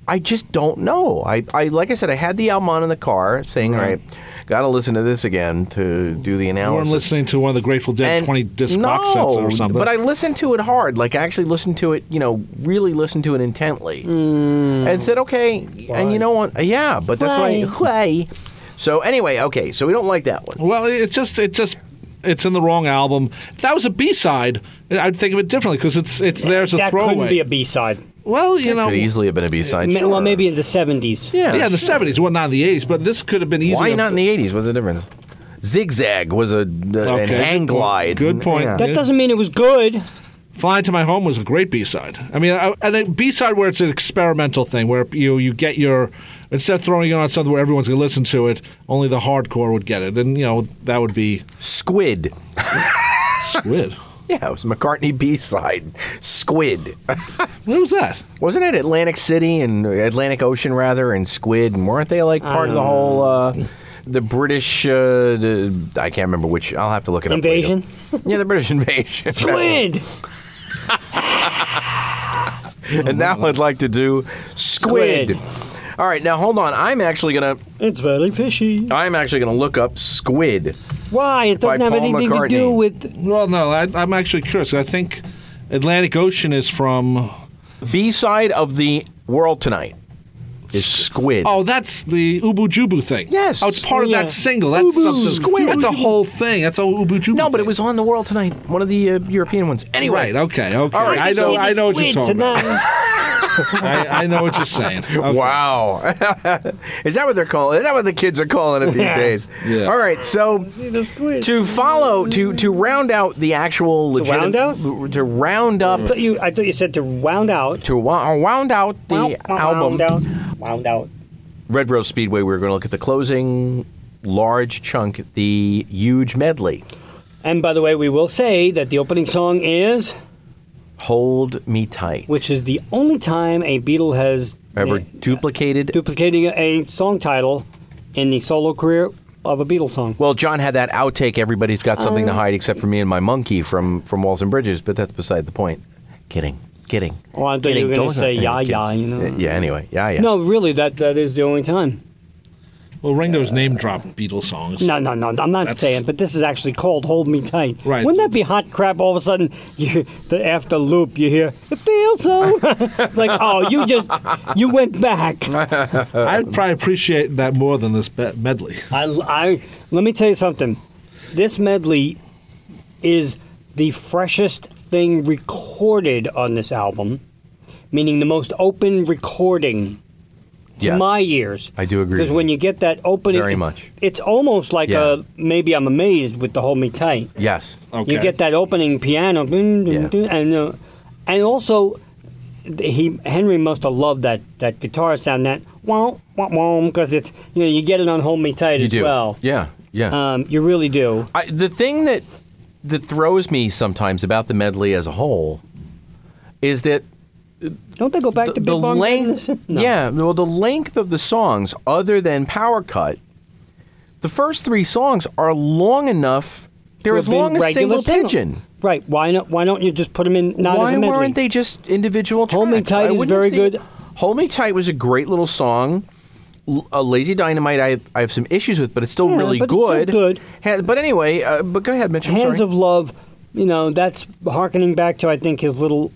S2: I just don't know. I, I like I said, I had the album on in the car, saying, "All right, got to listen to this again to do the
S4: You weren't
S2: analysis."
S4: listening to one of the Grateful Dead
S2: And-
S4: 20 disc
S2: no,
S4: box sets or something.
S2: But I listened to it hard. Like I actually listened to it, you know, really listened to it intently, and said, okay, and you know what? Yeah, but that's why. Why? So anyway, okay, so we don't like that one.
S4: Well, it's just it just it's in the wrong album. If that was a B side, I'd think of it differently because it's it's there as a
S3: that
S4: throwaway.
S3: couldn't be a B side.
S4: well, you know,
S2: Could easily have been a B side.
S3: Ma- Well, maybe in the seventies.
S2: Yeah.
S4: yeah, in the seventies, well, not in the eighties, but this could have been easy.
S2: Why
S4: to-
S2: not in the '80s? What's the difference? Zigzag was a uh, an
S4: Okay,
S2: hang
S4: good point.
S2: glide.
S4: Good point.
S2: Yeah.
S3: That doesn't mean it was good.
S4: Flying to My Home was a great B side. I mean, I, and a B side where it's an experimental thing, where you you get your instead of throwing it on something where everyone's going to listen to it, only the hardcore would get it, and you know that would be
S2: Squid.
S4: Squid.
S2: Yeah, it was McCartney B side. Squid.
S4: what was that?
S2: Wasn't it Atlantic City and uh, Atlantic Ocean rather and Squid and weren't they like part of the whole uh, the British uh, the, I can't remember which. I'll have to look it
S3: Invasion?
S2: up. Invasion. Yeah, the British invasion.
S3: Squid.
S2: and now I'd like to do squid.
S3: Squid.
S2: All right, now hold on. I'm actually gonna
S3: It's very fishy.
S2: I'm actually gonna look up squid.
S3: Why? It
S2: By
S3: doesn't have
S2: Paul
S3: anything to do
S2: McCartney.
S3: with.
S4: Well, no, I, I'm actually curious. I think Atlantic Ocean is from.
S2: B side of the world tonight is squid.
S4: Oh, that's the Ubu Jubu thing.
S2: Yes.
S4: Oh, it's part of
S3: Yeah.
S4: that single. That's
S2: Ubu
S4: something.
S2: Squid.
S4: That's a whole thing. That's a Ubu Jubu.
S2: no, but it
S4: thing.
S2: was on the world tonight, one of the uh, European ones. Anyway,
S4: Right. Okay. Okay.
S2: All right,
S4: I
S2: just
S4: know.
S2: see
S4: I
S3: the
S4: know what you're
S3: squid
S4: talking about.
S3: tonight.
S4: I, I know what you're saying. Okay.
S2: Wow. is that what they're calling? Is that what the kids are calling it these
S3: Yeah.
S2: days?
S4: Yeah.
S2: All right. So
S3: the squid.
S2: to follow to to round out the actual
S3: round Mm.
S2: legitimate to round up
S3: I thought you, I thought you said to round out.
S2: to wo- wound out the
S3: Wound-
S2: album
S3: Wound out. Wound out.
S2: Red Rose Speedway, we were going to look at the closing large chunk, the huge medley.
S3: And by the way, we will say that the opening song is,
S2: Hold me tight.
S3: which is the only time a Beatle has
S2: Ever
S3: na-
S2: duplicated?
S3: duplicating a song title in the solo career of a Beatles song.
S2: well, John had that outtake. Everybody's got something
S3: Um,
S2: to hide except for me and my monkey from from Walls and Bridges, but that's beside the point. Kidding, kidding.
S3: Oh, I thought you
S2: kidding.
S3: were gonna
S2: Don't-
S3: say, yeah,
S2: kidding.
S3: yeah, you know.
S2: Yeah. Anyway, yeah, yeah.
S3: No, really, that that is the only time.
S4: Well, Ringo's name dropped Beatles songs.
S3: No, no, no. I'm not
S4: That's-
S3: saying, but this is actually called "Hold Me Tight."
S4: Right.
S3: Wouldn't that be hot crap? All of a sudden, you, the after loop, you hear it feels so. it's like, oh, you just you went back. I,
S4: I'd probably appreciate that more than this be- medley.
S3: I let me tell you something. This medley is the freshest thing recorded on this album, meaning the most open recording to
S2: Yes.
S3: my ears.
S2: I do agree
S3: Because
S2: with
S3: when
S2: you.
S3: you get that opening,
S2: Very much.
S3: it's almost like
S2: Yeah.
S3: a maybe I'm amazed with the "Hold Me Tight."
S2: Yes.
S4: Okay.
S3: You get that opening piano, dun, dun,
S2: Yeah.
S3: dun, and uh, and also he Henry must have loved that that guitar sound that wow wow because it's you know you get it on "Hold Me Tight"
S2: You
S3: as
S2: do.
S3: well.
S2: Yeah. Yeah.
S3: Um, you really do.
S2: I, the thing that that throws me sometimes about the medley as a whole is that
S3: Don't they go back
S2: the,
S3: to Big
S2: the
S3: Bong
S2: length,
S3: Business? No.
S2: yeah, well, the length of the songs, other than Power Cut, the first three songs are long enough. They're
S3: To
S2: as
S3: have been
S2: long as
S3: regular
S2: single
S3: single-
S2: pigeon.
S3: Right? Why not? Why don't you just put them in? Not as
S2: Why
S3: a medley?
S2: weren't they just individual tracks?
S3: Hold Me Tight
S2: I
S3: is
S2: wouldn't
S3: very
S2: see-
S3: good.
S2: Hold Me Tight was a great little song. L- uh, Lazy Dynamite, I have, I have some issues with, but it's still
S3: Yeah,
S2: really
S3: but it's still
S2: good.
S3: good.
S2: Ha- but anyway, uh, but go ahead, Mitch. I'm
S3: Hands
S2: sorry.
S3: of Love? You know that's harkening back to I think his little,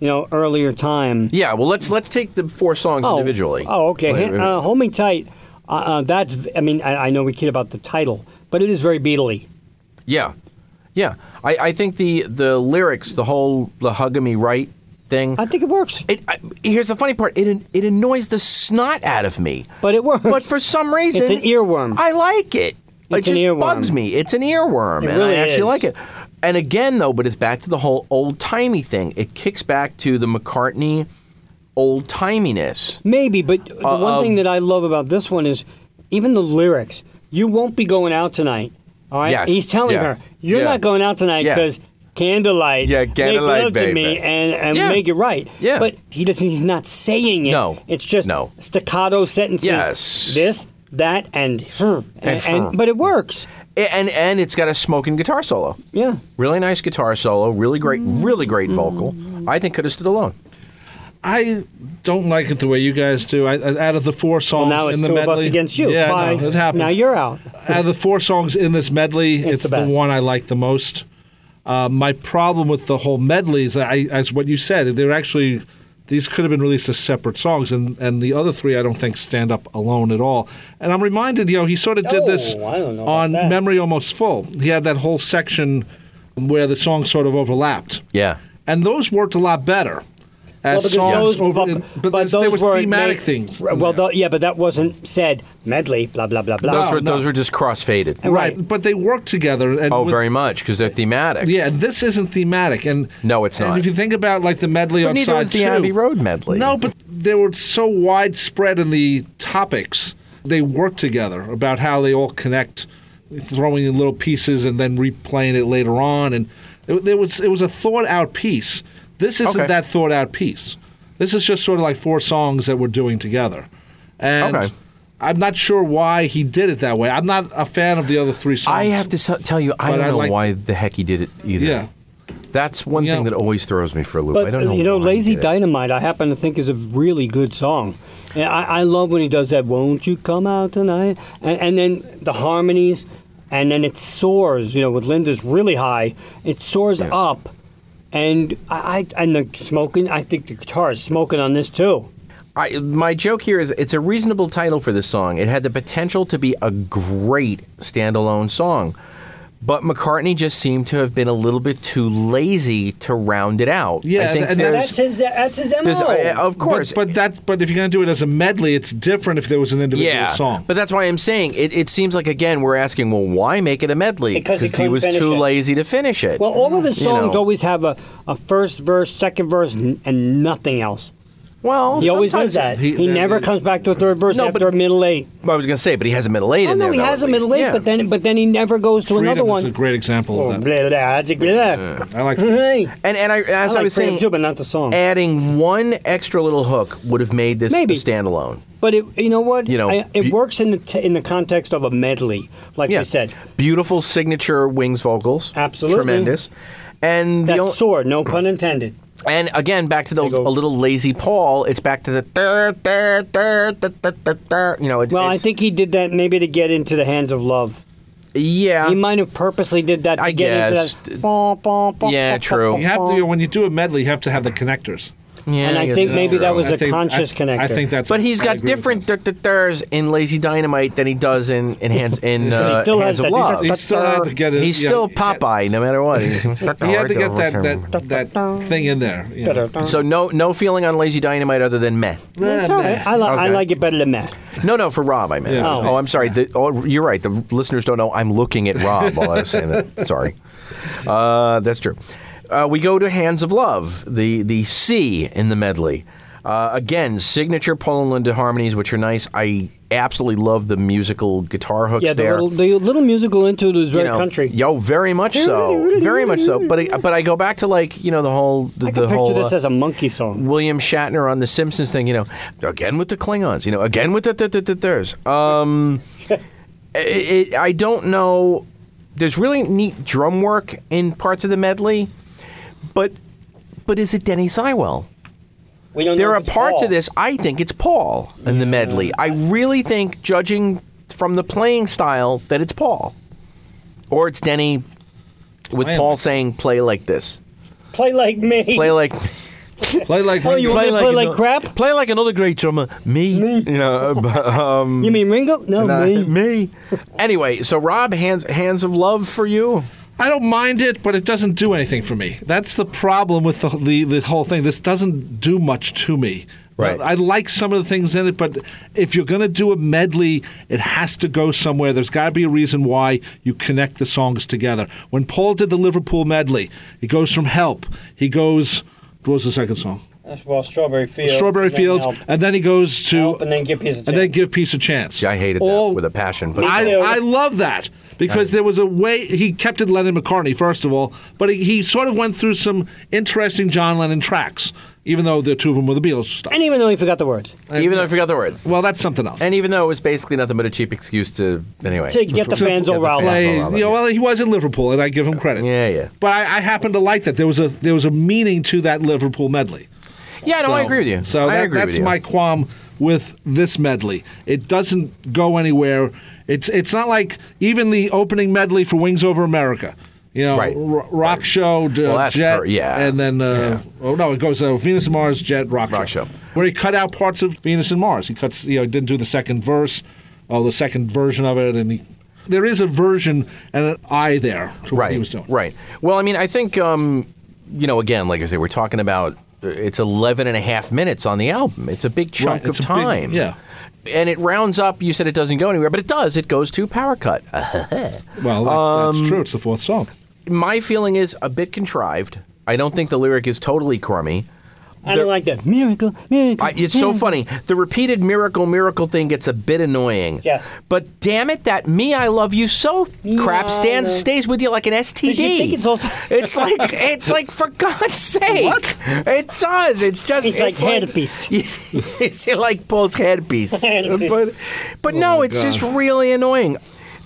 S3: you know, earlier time.
S2: Yeah, well, let's let's take the four songs individually.
S3: Oh, okay.
S2: Wait, wait,
S3: Uh, Hold Me Tight. Uh, uh, that's. I mean, I, I know we kid about the title, but it is very Beatley.
S2: yeah, yeah. I, I think the the lyrics, the whole the hug me right thing.
S3: I think it works.
S2: It, I, here's the funny part. It it annoys the snot out of me.
S3: But it works.
S2: But for some reason,
S3: It's an earworm.
S2: I like it.
S3: It's
S2: it
S3: an
S2: just
S3: earworm.
S2: bugs me. It's an earworm,
S3: It
S2: and I
S3: really
S2: actually
S3: is.
S2: like it. And again, though, but it's back to the whole old timey thing. It kicks back to the McCartney old timiness.
S3: Maybe, but the
S2: Uh,
S3: one
S2: um,
S3: thing that I love about this one is even the lyrics. You won't be going out tonight. All right.
S2: Yes.
S3: He's telling
S2: Yeah.
S3: her, "You're
S2: Yeah.
S3: not going out tonight
S2: Yeah.
S3: because candlelight.
S2: Yeah, candlelight,
S3: Make love to me
S2: baby.
S3: and, and
S2: Yeah.
S3: make it right.
S2: Yeah.
S3: But he doesn't. He's not saying it.
S2: No.
S3: It's just
S2: No.
S3: staccato sentences.
S2: Yes.
S3: This, that, and her.
S2: And
S3: And,
S2: her.
S3: and but it works.
S2: A- And and it's got a smoking guitar solo.
S3: Yeah.
S2: Really nice guitar solo. Really great. Really great vocal. I think could have stood alone.
S4: I don't like it the way you guys do. I, I- out of the four songs
S3: now
S4: in
S3: it's
S4: the
S3: two of
S4: medley,
S3: us against you.
S4: Yeah,
S3: Bye.
S4: I know, it happens.
S3: Now you're out.
S4: out of the four songs in this medley, it's,
S3: the
S4: the,
S3: best.
S4: one I like the most. Uh, my problem with the whole medley is, I, as what you said, they're actually these could have been released as separate songs, and, and the other three I don't think stand up alone at all. And I'm reminded, you know, he sort of did this
S3: Oh, I don't know about
S4: on
S3: that.
S4: Memory Almost Full. He had that whole section where the songs sort of overlapped
S2: Yeah.
S4: and those worked a lot better.
S3: Well,
S4: as
S3: because
S4: songs.
S3: those,
S4: over
S3: but,
S4: in-
S3: but
S4: but, there's- there
S3: those
S4: was
S3: were
S4: thematic
S3: made-
S4: things.
S3: Right,
S4: in
S3: Well,
S4: there.
S3: tho- yeah, but that wasn't said medley. Blah blah blah blah.
S2: Those
S4: No,
S2: were
S4: no.
S2: those were just crossfaded.
S3: And-
S4: right.
S3: right.
S4: but they work together. And
S2: Oh,
S4: with-
S2: very much because they're thematic.
S4: Yeah, this isn't thematic, and
S2: No, it's
S4: and
S2: not.
S4: If you think about like the medley
S2: But
S4: on
S2: neither
S4: side
S2: is the
S4: two-
S2: Abbey Road medley.
S4: No, but they were so widespread in the topics. They work together about how they all connect, throwing in little pieces and then replaying it later on. And it, it was it was a thought out piece. This isn't
S2: Okay.
S4: that thought out piece. This is just sort of like four songs that we're doing together. And
S2: Okay.
S4: I'm not sure why he did it that way. I'm not a fan of the other three songs.
S2: I have to s- tell you, I
S4: But
S2: don't
S4: I
S2: know
S4: like-
S2: why the heck he did it either.
S4: Yeah.
S2: That's one
S4: Yeah.
S2: thing that always throws me for a loop.
S3: But
S2: I don't know.
S3: you know,
S2: why he
S3: "Lazy
S2: did it.
S3: Dynamite," I happen to think is a really good song, and I, I love when he does that. Won't you come out tonight? And, and then the harmonies, and then it soars. You know, with Linda's really high, it soars
S2: Yeah.
S3: up, and I, I and the smoking. I think the guitar is smoking on this too.
S2: I, my joke here is it's a reasonable title for this song. It had the potential to be a great standalone song, but McCartney just seemed to have been a little bit too lazy to round it out.
S4: Yeah,
S2: I think
S4: and
S2: there's,
S3: That's his. That's his
S2: there's-
S3: mo.
S2: uh, of course,
S4: But, but that but if you're gonna do it as a medley, it's different if there was an individual
S2: yeah,
S4: song.
S2: but that's why I'm saying it. It seems like again we're asking, well, why make it a medley?
S3: Because he
S2: he
S3: couldn't
S2: was
S3: finish
S2: too
S3: it.
S2: lazy to finish it.
S3: Well, all of his
S2: You
S3: songs
S2: know.
S3: always have a, a first verse, second verse, n- and nothing else.
S2: well,
S3: He always does that.
S2: sometimes-
S3: He,
S4: he- there
S3: never
S4: is-
S3: comes back to a third verse
S2: No, but-
S3: after a middle eight.
S2: I was going to say, but he has a middle eight
S3: Oh
S2: in
S3: no,
S2: there.
S3: he
S2: though,
S3: has
S2: at
S3: a middle
S2: least.
S3: eight,
S2: Yeah.
S3: but then but then he never goes to another
S4: Freedom
S3: one.
S4: is a great example
S3: Oh,
S4: of that.
S3: blah, blah, that's a great.
S4: I like
S3: Hey.
S2: and and I, as I,
S3: I like
S2: was
S3: Freedom
S2: saying,
S3: too, but not the song.
S2: adding one extra little hook would have made this
S3: Maybe.
S2: a standalone.
S3: But it, you know what?
S2: You know,
S3: I, it
S2: be-
S3: works in the t- in the context of a medley, like you said.
S2: beautiful signature wings vocals.
S3: Absolutely.
S2: tremendous. And
S3: That
S2: the o-
S3: sword, no pun intended.
S2: and again back to the
S3: They go-
S2: a little lazy Paul. It's back to the "Dur, dur, dur, dur, dur, dur, dur," you know. It,
S3: Well, I
S2: it's-
S3: think he did that maybe to get into the hands of love.
S2: yeah.
S3: He might have purposely did that to
S2: I
S3: get
S2: guess.
S3: into that. Bah, bah, bah,
S2: Yeah,
S3: bah, bah,
S2: true.
S3: bah,
S4: You have to,
S3: bah.
S4: you know, when you do a medley, you have to have the connectors.
S2: yeah,
S3: and I
S2: guess
S3: think
S2: that's
S3: maybe that
S2: true.
S3: was
S4: I
S3: a conscious
S4: I-
S3: connector.
S4: I think that's.
S2: But he's
S4: I
S2: got
S4: agree with
S2: different
S4: that.
S2: dur, dur, durs in Lazy Dynamite than he does in in hands in uh,
S3: still
S2: hands
S3: has that-
S2: of
S3: he's
S2: love.
S3: got-
S4: He still had to get it.
S2: He's
S4: yeah,
S2: still
S4: he-
S2: Popeye, no matter what. He's-
S4: He had to get
S3: uh,
S4: that that, that thing in there. you know.
S2: So no no feeling on Lazy Dynamite other than meh.
S3: It's all right. I, li- I
S2: Okay.
S3: like it better than Matt.
S2: No, no, for Rob, I meant.
S4: Yeah.
S2: oh.
S3: Oh.
S2: I'm sorry. The, oh, you're right. The listeners don't know. I'm looking at Rob while I was saying that. Sorry. Uh, that's true. Uh, we go to Hands of Love, the, the C in the medley. Uh, again, signature Paul and Linda harmonies, which are nice. I absolutely love the musical guitar hooks
S3: Yeah, the
S2: there.
S3: little, the little musical interlude is
S2: You
S3: very
S2: know,
S3: country.
S2: Yo, very much so. Very much so. But I, but I go back to like you know the whole the,
S3: I can
S2: the
S3: picture
S2: whole
S3: this
S2: uh,
S3: as a monkey song.
S2: William Shatner on the Simpsons thing, you know, again with the Klingons, you know, again with the the the, the theirs. Um, it, it, I don't know. There's really neat drum work in parts of the medley, but but is it Denny Sywell?
S3: We don't
S2: There
S3: know
S2: are
S3: if it's
S2: parts
S3: Paul.
S2: of this I think it's Paul in the medley. I really think, judging from the playing style, that it's Paul, or it's Denny with
S4: Play
S2: Paul
S4: like-
S2: saying "play like this,"
S3: Play like me.
S2: play like.
S4: Play like
S3: Oh, you
S4: Ringo.
S3: want me to play like
S2: ano-
S3: crap?
S2: Play like another great drummer, me. You know, but, um,
S3: you mean Ringo? No,
S2: nah,
S3: me.
S2: me. Anyway, so Rob, hands hands of love for you.
S4: I don't mind it, but it doesn't do anything for me. That's the problem with the the, the whole thing. This doesn't do much to me.
S2: Right.
S4: I, I like some of the things in it, but if you're going to do a medley, it has to go somewhere. There's got to be a reason why you connect the songs together. When Paul did the Liverpool medley, he goes from Help. He goes. What was the second song?
S3: That's well, Strawberry Fields.
S4: Strawberry Fields,
S2: uh,
S4: and then he goes to
S3: Help, and then Give Peace a
S4: and then
S3: Chance.
S4: give peace a chance.
S2: See, I hated
S4: All-
S2: that with a passion, but
S4: I,
S3: too.
S4: I love that because there was a way he kept it Lennon McCartney first of all, but he, he sort of went through some interesting John Lennon tracks, even though the two of them were the Beatles stuff.
S3: And even though he forgot the words.
S2: even though I forgot the words,
S4: Well, that's something else.
S2: and even though it was basically nothing but a cheap excuse to anyway
S3: To get the fans all
S2: get the fans
S3: riled up.
S4: Play-
S2: all riled
S4: you know,
S2: up,
S4: well, he was in Liverpool, and I give him credit.
S2: Yeah, yeah.
S4: But I, I happen to like that there was a there was a meaning to that Liverpool medley.
S2: Yeah, no, I
S4: So-
S2: agree with you.
S4: So
S2: I
S4: that-
S2: agree
S4: that's
S2: with you.
S4: my qualm with this medley. It doesn't go anywhere. It's it's not like even the opening medley for Wings Over America. You know,
S2: Right.
S4: ro- rock show, d-
S2: Well, that's
S4: jet,
S2: per- yeah.
S4: and then uh, oh no, it goes uh, Venus and Mars, jet, rock,
S2: Rock show.
S4: where he cut out parts of Venus and Mars. He cuts, you know, didn't do the second verse, oh, the second version of it, and he, there is a version and an eye there to what
S2: right,
S4: he was doing.
S2: Right. Well, I mean, I think, um, you know, again, like I say, we're talking about it's 11 and a half minutes on the album. It's a big chunk
S4: Right, it's
S2: of
S4: a big-
S2: time.
S4: yeah.
S2: And it rounds up. You said it doesn't go anywhere, but it does. It goes to Power Cut.
S4: Well, that,
S2: Um,
S4: that's true. It's the fourth song.
S2: My feeling is a bit contrived. I don't think the lyric is totally crummy.
S3: I don't like that. Miracle, miracle.
S2: I, it's
S3: Hmm.
S2: so funny. The repeated miracle, miracle thing gets a bit annoying.
S3: Yes.
S2: But damn it, that me, I love you so
S3: I
S2: crap stands
S3: love-
S2: stays with you like an STD.
S3: You think it's also-
S2: It's like it's like for God's sake.
S3: What?
S2: It does. It's just
S3: It's like headpiece.
S2: it's like Paul's headpiece.
S3: Headpiece.
S2: But but no, it's just really annoying.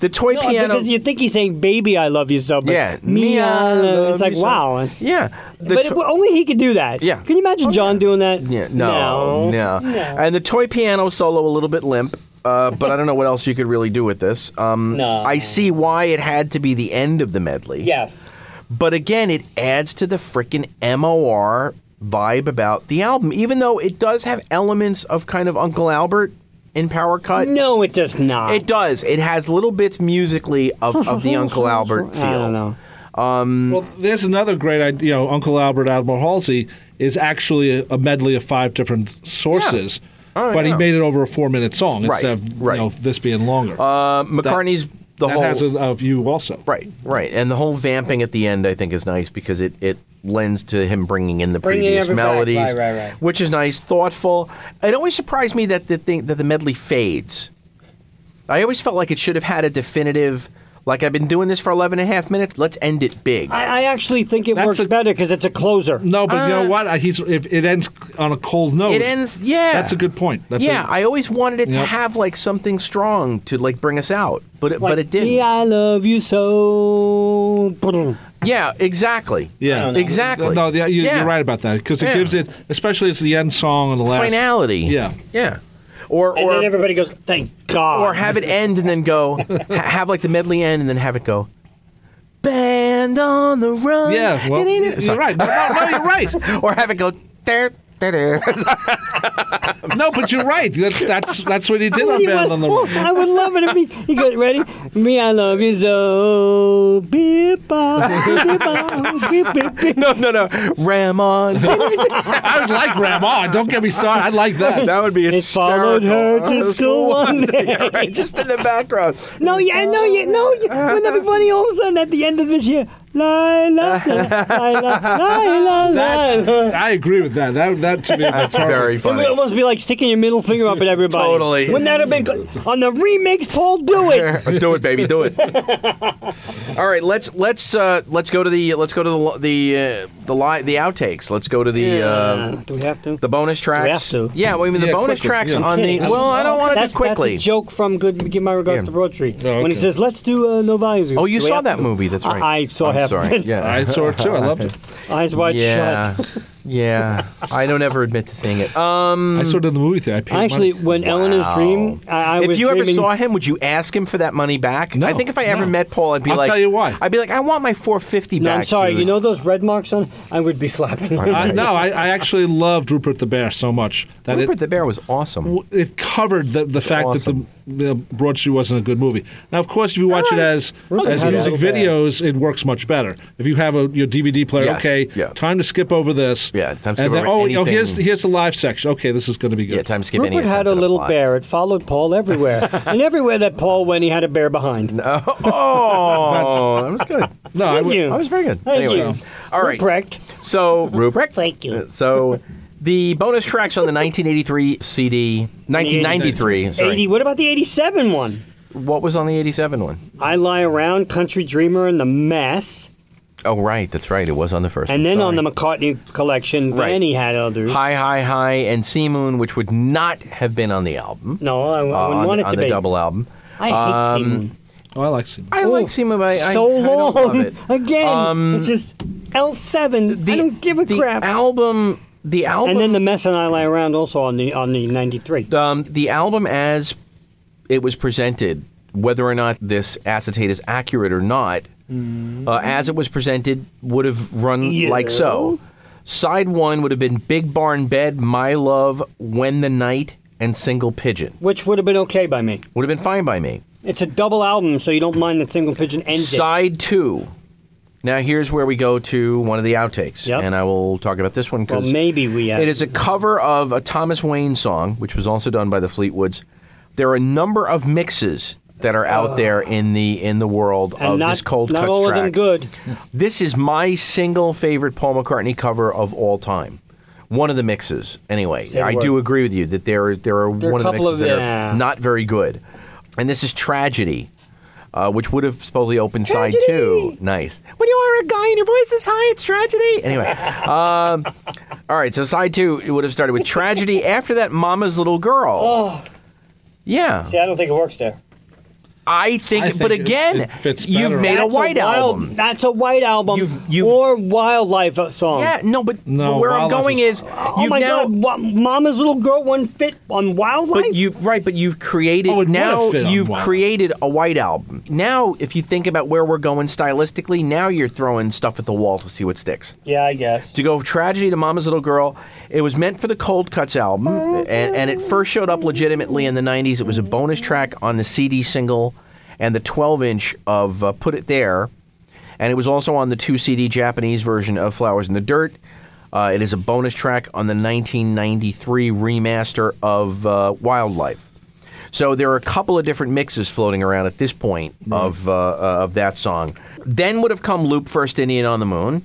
S2: The toy
S3: No,
S2: piano.
S3: because you think he's saying "baby, I love you so," but
S2: yeah,
S3: me, I love it's like
S2: you so-
S3: wow. It's,
S2: Yeah, the
S3: but
S2: to-
S3: it- only he could do that.
S2: Yeah.
S3: Can you imagine John doing that?
S2: Yeah, no, no, And the toy piano solo a little bit limp, uh, but I don't know what else you could really do with this. Um,
S3: No.
S2: I see why it had to be the end of the medley.
S3: Yes.
S2: But again, it adds to the freaking MOR vibe about the album, even though it does have elements of kind of Uncle Albert in Power Cut.
S3: No, it does not.
S2: Uh, It does. It has little bits musically of, of the Uncle Albert feel.
S3: I don't know.
S4: Well, there's another great idea. You know, Uncle Albert Admiral Halsey is actually a, a medley of five different sources,
S2: Oh,
S4: but
S2: yeah.
S4: he made it over a four minute song
S2: Right,
S4: instead of
S2: right.
S4: you know, this being longer.
S2: Uh, McCartney's the
S4: that
S2: whole
S4: has a, a view also.
S2: Right, right, and the whole vamping at the end, I think, is nice because it it lends to him bringing in the
S3: Bringing
S2: previous
S3: every- right,
S2: melodies,
S3: right, right, right.
S2: which is nice, thoughtful. It always surprised me that the thing that the medley fades. I always felt like it should have had a definitive, like I've been doing this for 11 and a half minutes. Let's end it big.
S3: I, I actually think it
S4: That's
S3: works
S4: a-
S3: better because it's a closer.
S4: No, but you know what? I- He's if it ends on a cold note.
S2: Uh, it ends, yeah.
S4: That's a good point. That's
S2: yeah,
S4: a,
S2: I always wanted it to
S4: Yep.
S2: have like something strong to like bring us out, but it, but
S3: Like, uh,
S2: it didn't.
S3: "Me, I love you so.
S2: Yeah, exactly.
S4: Yeah. I don't know.
S2: exactly.
S4: No, yeah, you,
S2: Yeah.
S4: you're right about that because it
S2: Yeah.
S4: gives it, especially it's the end song and the last
S2: finality.
S4: Yeah.
S2: yeah. Or
S3: And
S2: or
S3: then everybody goes, "Thank God."
S2: or have it end and then go ha- have like the medley end and then have it go band on the run
S4: Yeah, well,
S2: Sorry.
S4: you're right. No, no, no, you're right.
S2: or have it go "Dur, dur, dur."
S4: No, but you're right. That's that's, that's what he did
S3: What
S4: on
S3: do you
S4: Band
S3: want-
S4: on the
S3: Oh,
S4: Run.
S3: I would love it if he, he goes, ready? Me, I love you so. Beep-bop, beep-bop, beep, beep, beep.
S2: no no no ram on
S4: I would like Ramon. Don't get me started. I like that.
S2: that would be
S3: It
S2: hysterical
S3: followed her to school one
S2: Yeah,
S3: day.
S2: right, just in the background
S3: No, yeah, no, yeah, no. Yeah. Wouldn't that be funny? All of a sudden, at the end of this year, la la la la la la.
S4: That-
S3: la.
S4: I agree with that. That that to me that's
S2: very
S3: It would
S2: funny
S3: almost be like sticking your middle finger up at everybody.
S2: Totally.
S3: Wouldn't that have been good? on the remix, Paul? Do it.
S2: do it baby do it all right let's let's uh let's go to the let's go to the lo- the uh, the li- the outtakes let's go to the uh
S3: do we have to?
S2: The bonus tracks.
S3: have to.
S2: Yeah, well, I mean the
S4: Yeah,
S2: bonus
S4: quickly,
S2: tracks
S4: yeah.
S2: on the.
S3: That's-
S2: Well, I don't want to
S3: that's-
S2: do quickly.
S3: That's a joke from Good Give My Regards
S2: Yeah.
S3: to Broadtree
S4: Oh,
S3: when he
S4: okay.
S3: says, "Let's do uh, no violence."
S2: oh, you
S3: Do we
S2: saw
S3: have
S2: that
S3: to-
S2: movie. That's
S3: I-
S2: right.
S3: I saw
S2: I'm
S3: half of
S2: sorry.
S3: it.
S2: Yeah.
S4: I saw it too. I loved it.
S3: Eyes wide
S2: yeah.
S3: shut.
S2: yeah. I don't ever admit to seeing it. Um,
S4: I saw it in the movie theater. I paid
S3: Actually,
S4: money.
S3: when Eleanor's dream, I, I
S2: if
S3: was
S2: you
S3: dreaming,
S2: ever saw him, would you ask him for that money back?
S4: No,
S2: I think if I ever
S4: no.
S2: met Paul, I'd be
S4: I'll
S2: like,
S4: tell you why.
S2: I'd be like, I want my 450
S3: No,
S2: back.
S3: I'm sorry.
S2: dude."
S3: You know those red marks on? I would be slapping him.
S4: I, no, I, I actually loved Rupert the Bear so much that
S2: Rupert
S4: it,
S2: the Bear was awesome.
S4: it covered the, the fact
S2: Awesome.
S4: that the, the Broad Street wasn't a good movie. Now, of course, if you watch it as
S3: Rupert
S4: as
S3: had a
S4: music
S3: little bear.
S4: videos, it works much better. If you have a, your DVD player,
S2: Yes,
S4: okay,
S2: yeah.
S4: time to skip over this.
S2: Yeah, time to skip
S4: and then,
S2: over
S4: oh, oh,
S2: anything.
S4: here's the, here's the live section. Okay, this is going to be good.
S2: Yeah, time skip any
S3: Rupert had
S2: attempt
S3: a
S2: at
S3: little
S2: plot.
S3: bear. It followed Paul everywhere, and everywhere that Paul went, he had a bear behind.
S2: Oh, that was good.
S4: No, I
S3: Thank
S4: would-
S3: you.
S2: That was very good.
S3: Thank
S2: anyway,
S3: you.
S2: all right.
S3: Ruprecht.
S2: So Ruprecht,
S3: Thank you.
S2: So the bonus tracks on the 1983 CD, 1993.
S3: Eighty.
S2: Sorry,
S3: What about the eighty-seven one?
S2: what was on the 87 one?
S3: I lie around, country dreamer, and the mess,
S2: Oh, right, that's right. It was on the first.
S3: and
S2: one.
S3: then
S2: Sorry.
S3: on the McCartney collection,
S2: Right.
S3: Benny had others.
S2: High, High, High, and Sea Moon, which would not have been on the album.
S3: No, I, I
S2: uh,
S3: wouldn't
S2: on,
S3: want it
S2: on
S3: to
S2: the
S3: be.
S2: double album.
S3: I hate um,
S4: Oh, I like Seymour.
S2: I like Sea Moon. but I, I-
S3: so
S2: I
S3: long.
S2: don't love it. Um,
S3: Again, it's just L seven. I don't give a
S2: the
S3: crap.
S2: album. The album.
S3: and then the mess and I lie around also on the on the ninety three.
S2: um, the album as it was presented, whether or not this acetate is accurate or not,
S3: Mm-hmm.
S2: uh, as it was presented, would have run like so.
S3: Yes.
S2: Side one would have been Big Barn Bed, My Love, When the Night, and Single Pigeon.
S3: Which would have been okay by me.
S2: Would have been fine by me.
S3: It's a double album, so you don't mind that single pigeon ended.
S2: Side two Now here's where we go to one of the outtakes,
S3: Yep.
S2: and I will talk about this one because
S3: Well, maybe we have-
S2: It is a cover of a Thomas Wayne song, which was also done by the Fleetwoods. There are a number of mixes that are out there in the in the world of
S3: and not,
S2: this cold
S3: not
S2: cuts
S3: all
S2: track.
S3: of them good.
S2: This is my single favorite Paul McCartney cover of all time. One of the mixes, anyway.
S3: Say the
S2: I
S3: word.
S2: do agree with you that there are there are
S3: are a
S2: one of the
S3: couple
S2: mixes
S3: of-
S2: that
S3: yeah.
S2: are not very good, and this is tragedy. Uh, which would have supposedly opened side two. Nice. When you are a guy and your voice is high, it's tragedy. Anyway, um, all right. So side two it would have started with tragedy. After that, Mama's Little Girl. Oh. Yeah,
S3: See, I don't think it works there.
S2: I think.
S4: I
S2: but
S4: think it-
S2: again,
S4: it fits
S2: you've
S4: better.
S2: made a
S3: That's
S2: white
S3: wild-
S2: album.
S3: That's a white album
S2: You've- you've-
S3: or wildlife uh, song.
S2: Yeah, no, but,
S4: No,
S2: but where I'm
S4: wildlife
S2: going
S4: is-
S2: is,
S3: Oh
S2: you've
S3: my
S2: now,
S3: God! Wa- Mama's little girl wouldn't fit on wildlife.
S2: but you right, but you've created
S4: Oh, it would
S2: now
S4: have fit on
S2: you've
S4: Wild.
S2: created a white album. Now, if you think about where we're going stylistically, now you're throwing stuff at the wall to see what sticks.
S3: yeah, I guess.
S2: To go tragedy to Mama's Little Girl, it was meant for the Cold Cuts album, and, and it first showed up legitimately in the '90s. It was a bonus track on the CD single and the 12-inch of uh, "Put It There," and it was also on the two-CD Japanese version of "Flowers in the Dirt." Uh, it is a bonus track on the 1993 remaster of uh, "Wildlife." So there are a couple of different mixes floating around at this point
S3: Mm.
S2: of uh, uh, of that song. Then would have come "Loop First Indian on the Moon."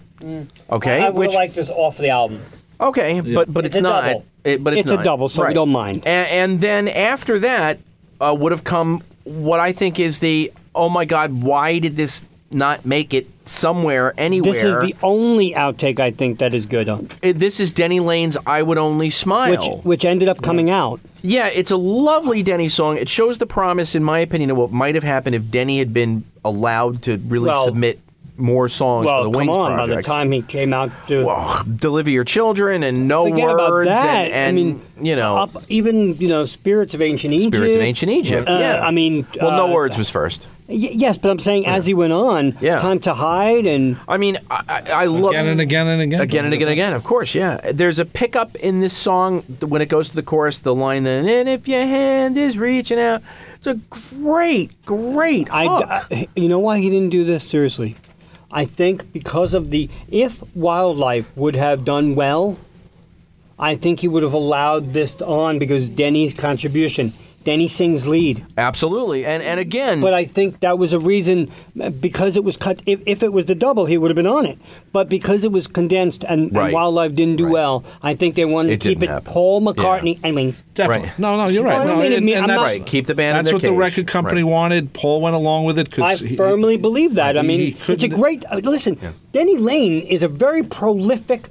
S2: Okay,
S3: Mm. I would
S2: which
S3: like this off the album.
S2: Okay, but but
S3: It's
S2: it's,
S3: a
S2: not.
S3: double.
S2: It- but it's,
S3: It's a
S2: not.
S3: double, so we don't mind.
S2: A- And, then after that uh, would have come what I think is the oh my god, why did this not make it somewhere anywhere?
S3: This is the only outtake I think that is good on,
S2: Uh, this is Denny Lane's "I Would Only
S3: which
S2: Smile."
S3: which ended up coming out.
S2: yeah, it's a lovely Denny song. It shows the promise, in my opinion, of what might have happened if Denny had been allowed to really
S3: Well-
S2: submit more songs
S3: Well,
S2: for the
S3: come
S2: Wings
S3: on! By the
S2: projects.
S3: time he came out, to
S2: Well, deliver your children and no
S3: forget
S2: words
S3: about that.
S2: and, and
S3: I mean,
S2: you know
S3: up, even you know, spirits of ancient Egypt.
S2: Spirits of Ancient Egypt.
S3: Uh,
S2: yeah,
S3: I mean,
S2: well,
S3: uh,
S2: no words was first.
S3: Y- yes, but I'm saying as he went on,
S2: Yeah.
S3: time to hide and
S2: I mean, I, I, I love
S4: Again and again and again.
S2: again and again and again. Of course, yeah. There's a pickup in this song th- when it goes to the chorus. The line then, and if your hand is reaching out, it's a great, great
S3: I,
S2: hook.
S3: I- you know why he didn't do this seriously? I think because of the if wildlife would have done well, I think he would have allowed this on because Denny's contribution. Denny sings lead,
S2: Absolutely, and and again,
S3: but I think that was a reason uh, because it was cut. If, if it was the double, he would have been on it. But because it was condensed and, and
S2: Right.
S3: wildlife didn't do
S2: Right.
S3: well, I think they wanted
S2: It
S3: to keep
S2: didn't
S3: it
S2: happen.
S3: Paul McCartney and Wings.
S4: Definitely.
S2: Right.
S4: No, no, you're right.
S3: Well, I
S4: no,
S3: mean, I mean, I'm
S4: that's,
S3: not-
S2: Right, keep the band in
S4: That's
S2: their
S4: what the
S2: cage.
S4: record company
S2: Right.
S4: wanted. Paul went along with it
S3: I
S4: because
S3: firmly believe that. I
S4: he- he
S3: mean, it's a
S4: couldn't-
S3: great. Uh, listen, Denny Lane is a very prolific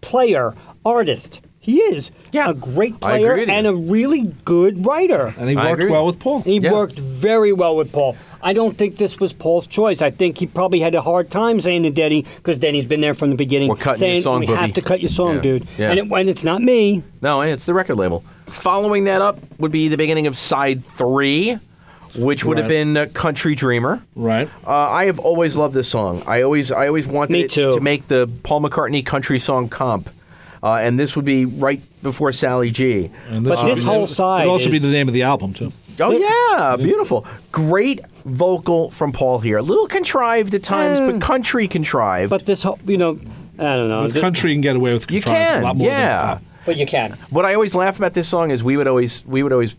S3: player, artist. He is
S2: Yeah,
S3: a great
S2: I agree
S3: player
S2: with you.
S3: and a really good writer.
S4: and he
S2: I
S4: worked
S2: agree.
S4: well with Paul.
S3: He
S2: Yeah.
S3: worked very well with Paul. I don't think this was Paul's choice. I think he probably had a hard time saying to Denny because Denny's been there from the beginning.
S2: We're cutting your
S3: saying,
S2: song,
S3: we
S2: Boogie."
S3: have to cut your song,
S2: Yeah.
S3: dude.
S2: Yeah.
S3: And, it, and it's not me.
S2: no, and it's the record label. Following that up would be the beginning of side three, which would have
S4: Right.
S2: been uh, Country Dreamer.
S4: Right.
S2: Uh, I have always loved this song. I always, I always wanted
S3: Me
S2: it
S3: too.
S2: to make the Paul McCartney country song comp, uh, and this would be right before Sally G.
S4: And this
S3: But
S4: would
S3: this
S4: be-
S3: whole side
S4: would also be
S3: is-
S4: the name of the album too.
S2: Oh yeah,
S4: Mm-hmm.
S2: beautiful, great vocal from Paul here. A little contrived at times,
S4: Eh.
S2: but country contrived.
S3: But this whole, you know, I don't know.
S4: With country, you can get away with
S2: you
S4: contrived
S2: can,
S4: a lot more than
S2: yeah.
S4: pop.
S3: But you can.
S2: What I always laugh about this song is we would always, we would always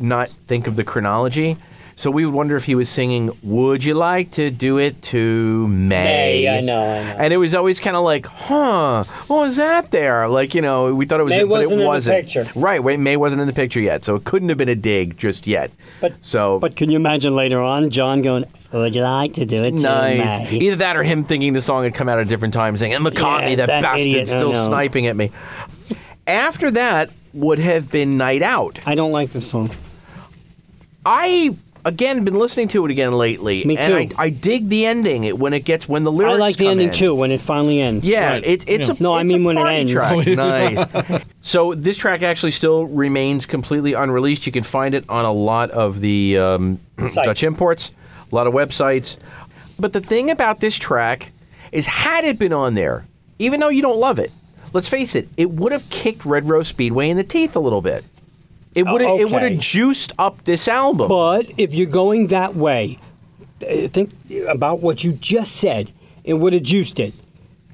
S2: not think of the chronology. So we would wonder if he was singing "Would you like to do it to May?"
S3: May, I know, I know.
S2: And it was always kind of like, "Huh, what was that there?" Like you know, we thought it was,
S3: May
S2: it, but
S3: wasn't in
S2: it
S3: the
S2: wasn't.
S3: picture.
S2: Right, wait, May wasn't in the picture yet, so it couldn't have been a dig just yet.
S3: But-
S2: so
S3: But can you imagine later on John going, Would you like to do it
S2: nice.
S3: tonight?
S2: Either that or him thinking the song had come out at a different time, saying, "And McCartney, that,
S3: Yeah, that
S2: bastard,
S3: idiot, I
S2: still
S3: know."
S2: sniping at me." After that would have been "Night Out."
S3: I don't like this song.
S2: I again been listening to it again lately,
S3: Me
S2: and I,
S3: too.
S2: I dig the ending. It when it gets when the lyrics.
S3: I like the
S2: come
S3: ending
S2: in.
S3: too when it finally ends.
S2: Yeah,
S4: Right.
S2: it, it's
S4: Yeah.
S2: a
S3: No, I
S2: it's a
S3: mean when it
S2: party
S3: ends.
S2: Track. nice. So this track actually still remains completely unreleased. You can find it on a lot of the um,
S3: Sites.
S2: Dutch imports, a lot of websites. But the thing about this track is, had it been on there, even though you don't love it, let's face it, it would have kicked Red Rose Speedway in the teeth a little bit. It would have it would
S3: okay.
S2: have juiced up this album.
S3: But if you're going that way, uh, think about what you just said. and what did Juice did.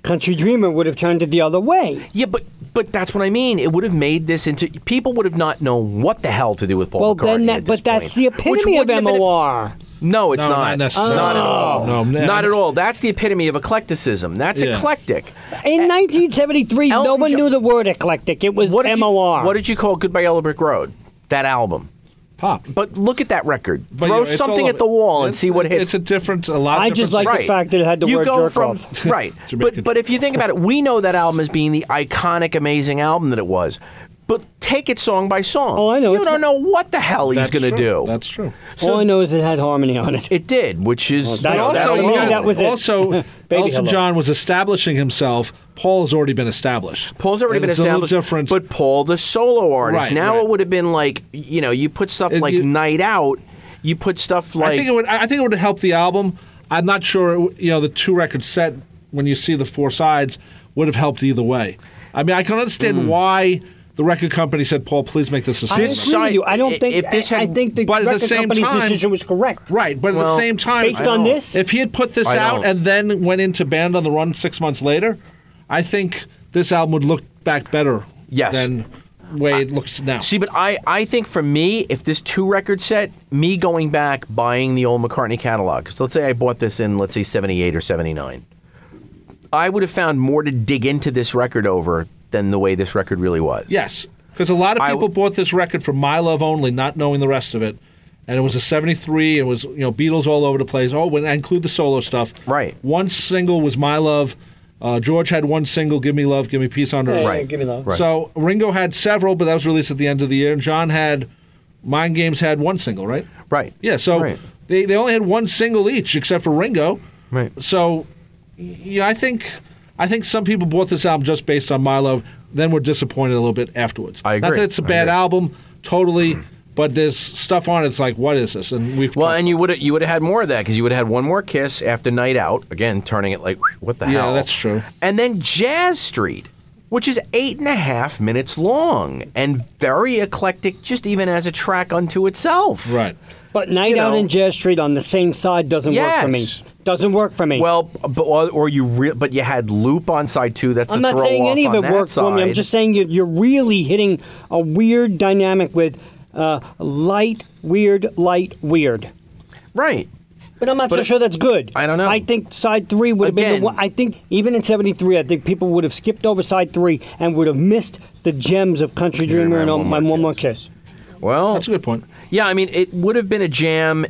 S3: Country Dreamer would have turned it the other way.
S2: Yeah, but but that's what I mean. It would have made this into people would have not known what the hell to do with Paul
S3: Well,
S2: McCartney.
S3: then
S2: at
S3: that,
S2: this
S3: but that's
S2: point,
S3: the
S2: which
S3: epitome of
S2: wouldn't have been-
S3: MOR.
S2: No, it's
S4: No, not
S2: not.
S4: necessarily.
S2: Not at all.
S4: No, no.
S2: not at all. That's the epitome of eclecticism. That's
S4: Yeah.
S2: eclectic.
S3: In 1973, no
S2: Eh, Elton
S3: one
S2: John-
S3: knew the word eclectic. It was
S2: What did
S3: MOR.
S2: You, what did you call Goodbye Yellow Brick Road? That album.
S4: Pop.
S2: But look at that record.
S4: But, you
S2: Throw
S4: know, it's all
S2: something at
S4: of it.
S2: the wall and
S4: It's-
S2: see what hits.
S4: It's a different, a lot. Of
S3: I just
S4: different-
S3: like the fact that it had the
S2: you
S3: word
S2: go
S3: jerk
S2: from
S3: off.
S2: right,
S4: Jamaican.
S2: but but if you think about it, we know that album as being the iconic, amazing album that it was. But take it song by song.
S3: Oh, I know.
S2: You
S3: It's
S2: don't
S3: not-
S2: know what the hell he's
S4: That's
S2: going to
S4: true.
S2: do.
S4: That's true.
S3: All I know is it had harmony on it.
S2: it did, which is
S3: that-
S2: you
S4: But
S2: know,
S3: also
S2: that
S4: also,
S3: alone-
S4: you
S2: alone-
S4: know,
S3: that was it.
S4: also
S3: Baby,
S4: Elton
S3: hello.
S4: John was establishing himself. Paul has already been established.
S2: Paul's already
S4: And
S2: been
S4: it's a little
S2: established,
S4: different.
S2: but Paul, the solo artist,
S4: Right,
S2: now
S4: right.
S2: it would have been like you know, you put stuff
S4: It-
S2: like
S4: you-
S2: Night Out, you put stuff like
S4: I think it would. I think it would help the album. I'm not sure. It, would- you know, the two record set when you see the four sides would have helped either way. I mean, I can understand why the record company said, "Paul, please make this a
S3: I agree
S4: single."
S2: This side-
S3: with you. I don't
S2: i-
S3: think.
S2: if this
S3: I, I
S2: had-
S3: think the
S4: but at the
S3: record
S4: same
S3: company's
S4: time-
S3: decision was correct.
S4: Right, but at
S2: Well,
S4: the same time,
S3: based on
S4: I don't-
S3: this?
S4: if he had put this
S2: I
S4: out
S2: don't.
S4: and then went into Band on the Run six months later, I think this album would look back better.
S2: Yes.
S4: than way it looks now.
S2: See, but I, I think for me, if this two record set, me going back buying the old McCartney catalog, because let's say I bought this in, let's say, 78 or 79, I would have found more to dig into this record over than the way this record really was.
S4: Yes, because a lot of
S2: I-
S4: people bought this record for My Love Only, not knowing the rest of it. And it was a '73. It was you know Beatles all over the place. Oh, when I include the solo stuff,
S2: Right.
S4: One single was My Love. Uh, George had one single, Give Me Love, Give Me Peace on Earth.
S2: Right.
S3: Give me love.
S2: Right.
S4: So Ringo had several, but that was released at the end of the year. And John had Mind Games had one single, right?
S2: Right.
S4: Yeah. So
S2: Right.
S4: they they only had one single each, except for Ringo.
S2: Right.
S4: So yeah, I think I think some people bought this album just based on My Love, then were disappointed a little bit afterwards.
S2: I
S4: Not
S2: agree.
S4: that it's a
S2: I
S4: bad
S2: agree.
S4: album, totally, but there's stuff on it. It's like, what is this? And we've
S2: Well,
S4: talked-
S2: and you would you would have had more of that because you would have had one more kiss after Night Out, again, turning it like, what the
S4: Yeah,
S2: hell?
S4: that's true.
S2: And then Jazz Street, which is eight and a half minutes long and very eclectic, just even as a track unto itself.
S4: right.
S3: But Night
S2: You
S3: Out
S2: know.
S3: and Jazz Street on the same side doesn't work for me.
S2: Yes.
S3: Doesn't work for me.
S2: Well, but, or, or you re- but you had loop on side two. That's
S3: I'm
S2: the
S3: not
S2: throw
S3: saying
S2: off
S3: any of
S2: on
S3: it
S2: that
S3: worked for me. I'm
S2: side.
S3: just saying you're, you're really hitting a weird dynamic with uh, light, weird, light, weird.
S2: right.
S3: But I'm not so
S2: it-
S3: sure that's good.
S2: I don't know.
S3: I think side three would have been
S2: Again-
S3: the one. I think even in '73, I think people would have skipped over side three and would have missed the gems of Country Dreamer and One, and one More Kiss.
S2: Well,
S4: That's a good point.
S2: yeah. I mean, it would have been a jam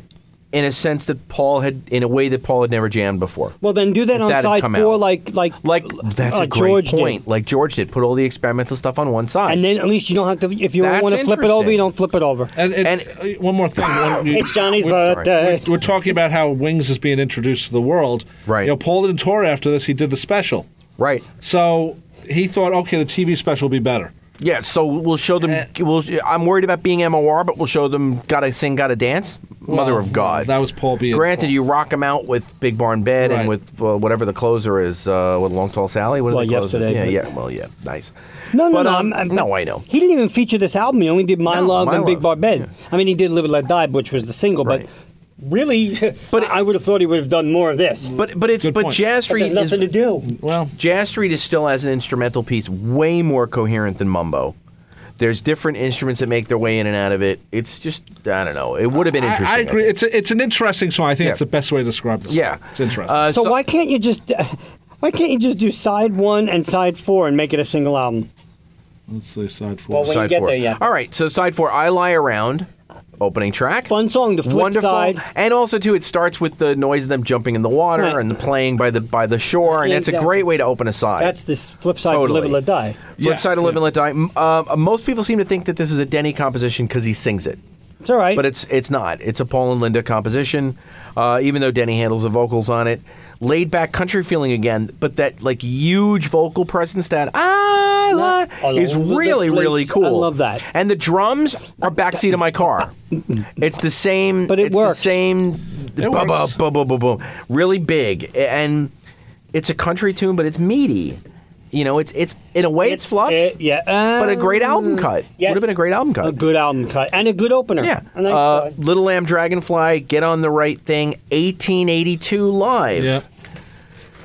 S2: in a sense that Paul had, in a way that Paul had never jammed before.
S3: Well, then do that
S2: If
S3: on
S2: that had
S3: side
S2: come
S3: four,
S2: out.
S3: like like
S2: Like that's
S3: uh,
S2: a great
S3: George did.
S2: point. Like George did, put all the experimental stuff on one side.
S3: And then at least you don't have to. If you
S2: That's
S3: want to flip it over, you
S2: interesting.
S3: don't flip it over.
S4: And, and,
S2: And-
S4: uh, one more thing. One- you-
S3: It's Johnny's
S4: we-
S3: birthday.
S4: We're talking about how Wings is being introduced to the world.
S2: Right.
S4: You know, Paul didn't tour after this. He did the special.
S2: right.
S4: So he thought, okay, the TV special will be better.
S2: Yeah. So we'll show them. we'll, I'm worried about being MOR, but we'll show them. Got to sing, got to dance. Mother
S4: Well,
S2: of God.
S4: that was Paul being
S2: Granted,
S4: Paul.
S2: you rock them out with Big Barn Bed
S4: Right.
S2: and with uh, whatever the closer is. Uh, with Long Tall Sally. What are
S3: Well,
S2: they close with?
S3: yesterday,
S2: Yeah.
S3: but-
S2: Yeah. Well, yeah. Nice.
S3: No, no,
S2: But,
S3: no.
S2: um,
S3: I'm- I'm-
S2: no, I know.
S3: He didn't even feature this album. He only did My
S2: No,
S3: Love
S2: My
S3: and Big
S2: Love,
S3: Barbed. I mean, he did Live and Let Die, which was the single,
S2: Right.
S3: but really, but
S2: But
S3: I would have thought he would have done more of this.
S2: But but it's
S4: Good
S2: but
S4: point.
S2: Jazz
S3: But
S2: Street
S3: there's
S2: is
S3: nothing to do.
S4: Well,
S2: Jazz Street is still as an instrumental piece way more coherent than Mumbo. There's different instruments that make their way in and out of it. It's just I don't know. It would have been
S4: I-
S2: interesting.
S4: I, agree.
S2: think.
S4: it's a, it's an interesting song. I think
S2: Yeah.
S4: it's the best way to describe this.
S2: Yeah.
S4: it's interesting.
S2: Uh,
S3: So, why can't you just? Why can't you just do side one and side four and make it a single album?
S4: Let's say side four.
S3: Well, when you
S2: side
S3: get
S2: four.
S3: there, yeah.
S2: All right, so side four, I lie around, opening track.
S3: Fun song, the flip
S2: Wonderful,
S3: side.
S2: and also too, it starts with the noise of them jumping in the water
S3: Right.
S2: and the playing by the by the shore, and
S3: Yeah,
S2: it's
S3: exactly.
S2: a great way to open a side.
S3: That's the s- flip side
S2: Totally.
S3: of Live and Let Die.
S2: flip
S4: Yeah,
S2: side of live and let die. M- Uh, most people seem to think that this is a Denny composition because he sings it.
S3: It's all right.
S2: but it's it's not. It's a Paul and Linda composition, uh, even though Denny handles the vocals on it. Laid back country feeling again, but that like huge vocal presence that I love
S3: all
S2: is
S3: over the
S2: really
S3: place.
S2: really cool.
S3: I love that.
S2: And the drums are backseat of my car. It's the same.
S3: But it
S2: it's
S3: works.
S2: The same.
S4: It
S2: bu- bu-
S4: works.
S2: bu- bu- bu- bu- Really big, A- and it's a country tune, but it's meaty. You know, it's it's in a way it's, fluff,
S3: it- yeah,
S2: but a great
S3: um,
S2: album cut.
S3: yes.
S2: Would have been a great album cut.
S3: A good album cut and a good opener.
S2: Yeah.
S3: a nice
S2: Uh,
S3: side.
S2: Little Lamb Dragonfly, Get on the Right Thing, 1882 live.
S4: Yeah.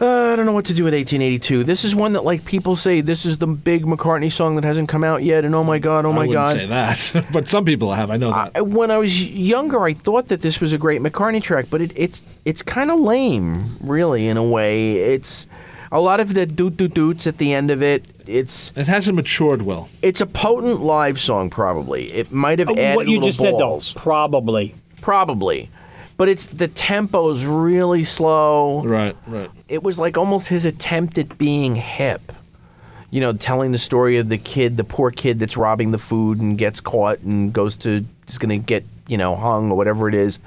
S2: uh, I don't know what to do with 1882. This is one that like people say this is the big McCartney song that hasn't come out yet, and oh my god, oh
S4: I
S2: my
S4: wouldn't
S2: god.
S4: say that, but some people have. I know that.
S2: I- when I was younger, I thought that this was a great McCartney track, but it, it's it's kind of lame, really, in a way. It's a lot of the doot doot doots at the end of it. It's
S4: it hasn't matured well.
S2: it's a potent live song, probably. It might have added
S3: Oh, what you
S2: little
S3: just
S2: balls,
S3: said, though, probably.
S2: probably. But it's the tempo's really slow.
S4: Right, right.
S2: It was like almost his attempt at being hip. You know, telling the story of the kid, the poor kid that's robbing the food and gets caught and goes to is going to get you know hung or whatever it is.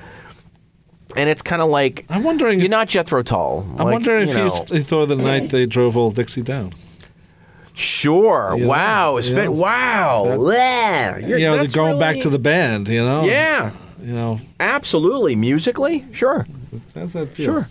S2: And it's kind of like
S4: I'm wondering
S2: You're
S4: if-
S2: not Jethro Tull.
S4: I'm
S2: Like,
S4: wondering
S2: you
S4: if you
S2: know.
S4: they thought the night they drove old Dixie down.
S2: sure.
S4: Yeah,
S2: wow. It's
S4: yeah.
S2: been wow. Yeah. You're-
S4: you know, they're
S2: that's
S4: going back
S2: really-
S4: to the band. You know.
S2: Yeah.
S4: You know.
S2: Absolutely. Musically, sure.
S4: That's that feels.
S2: Sure.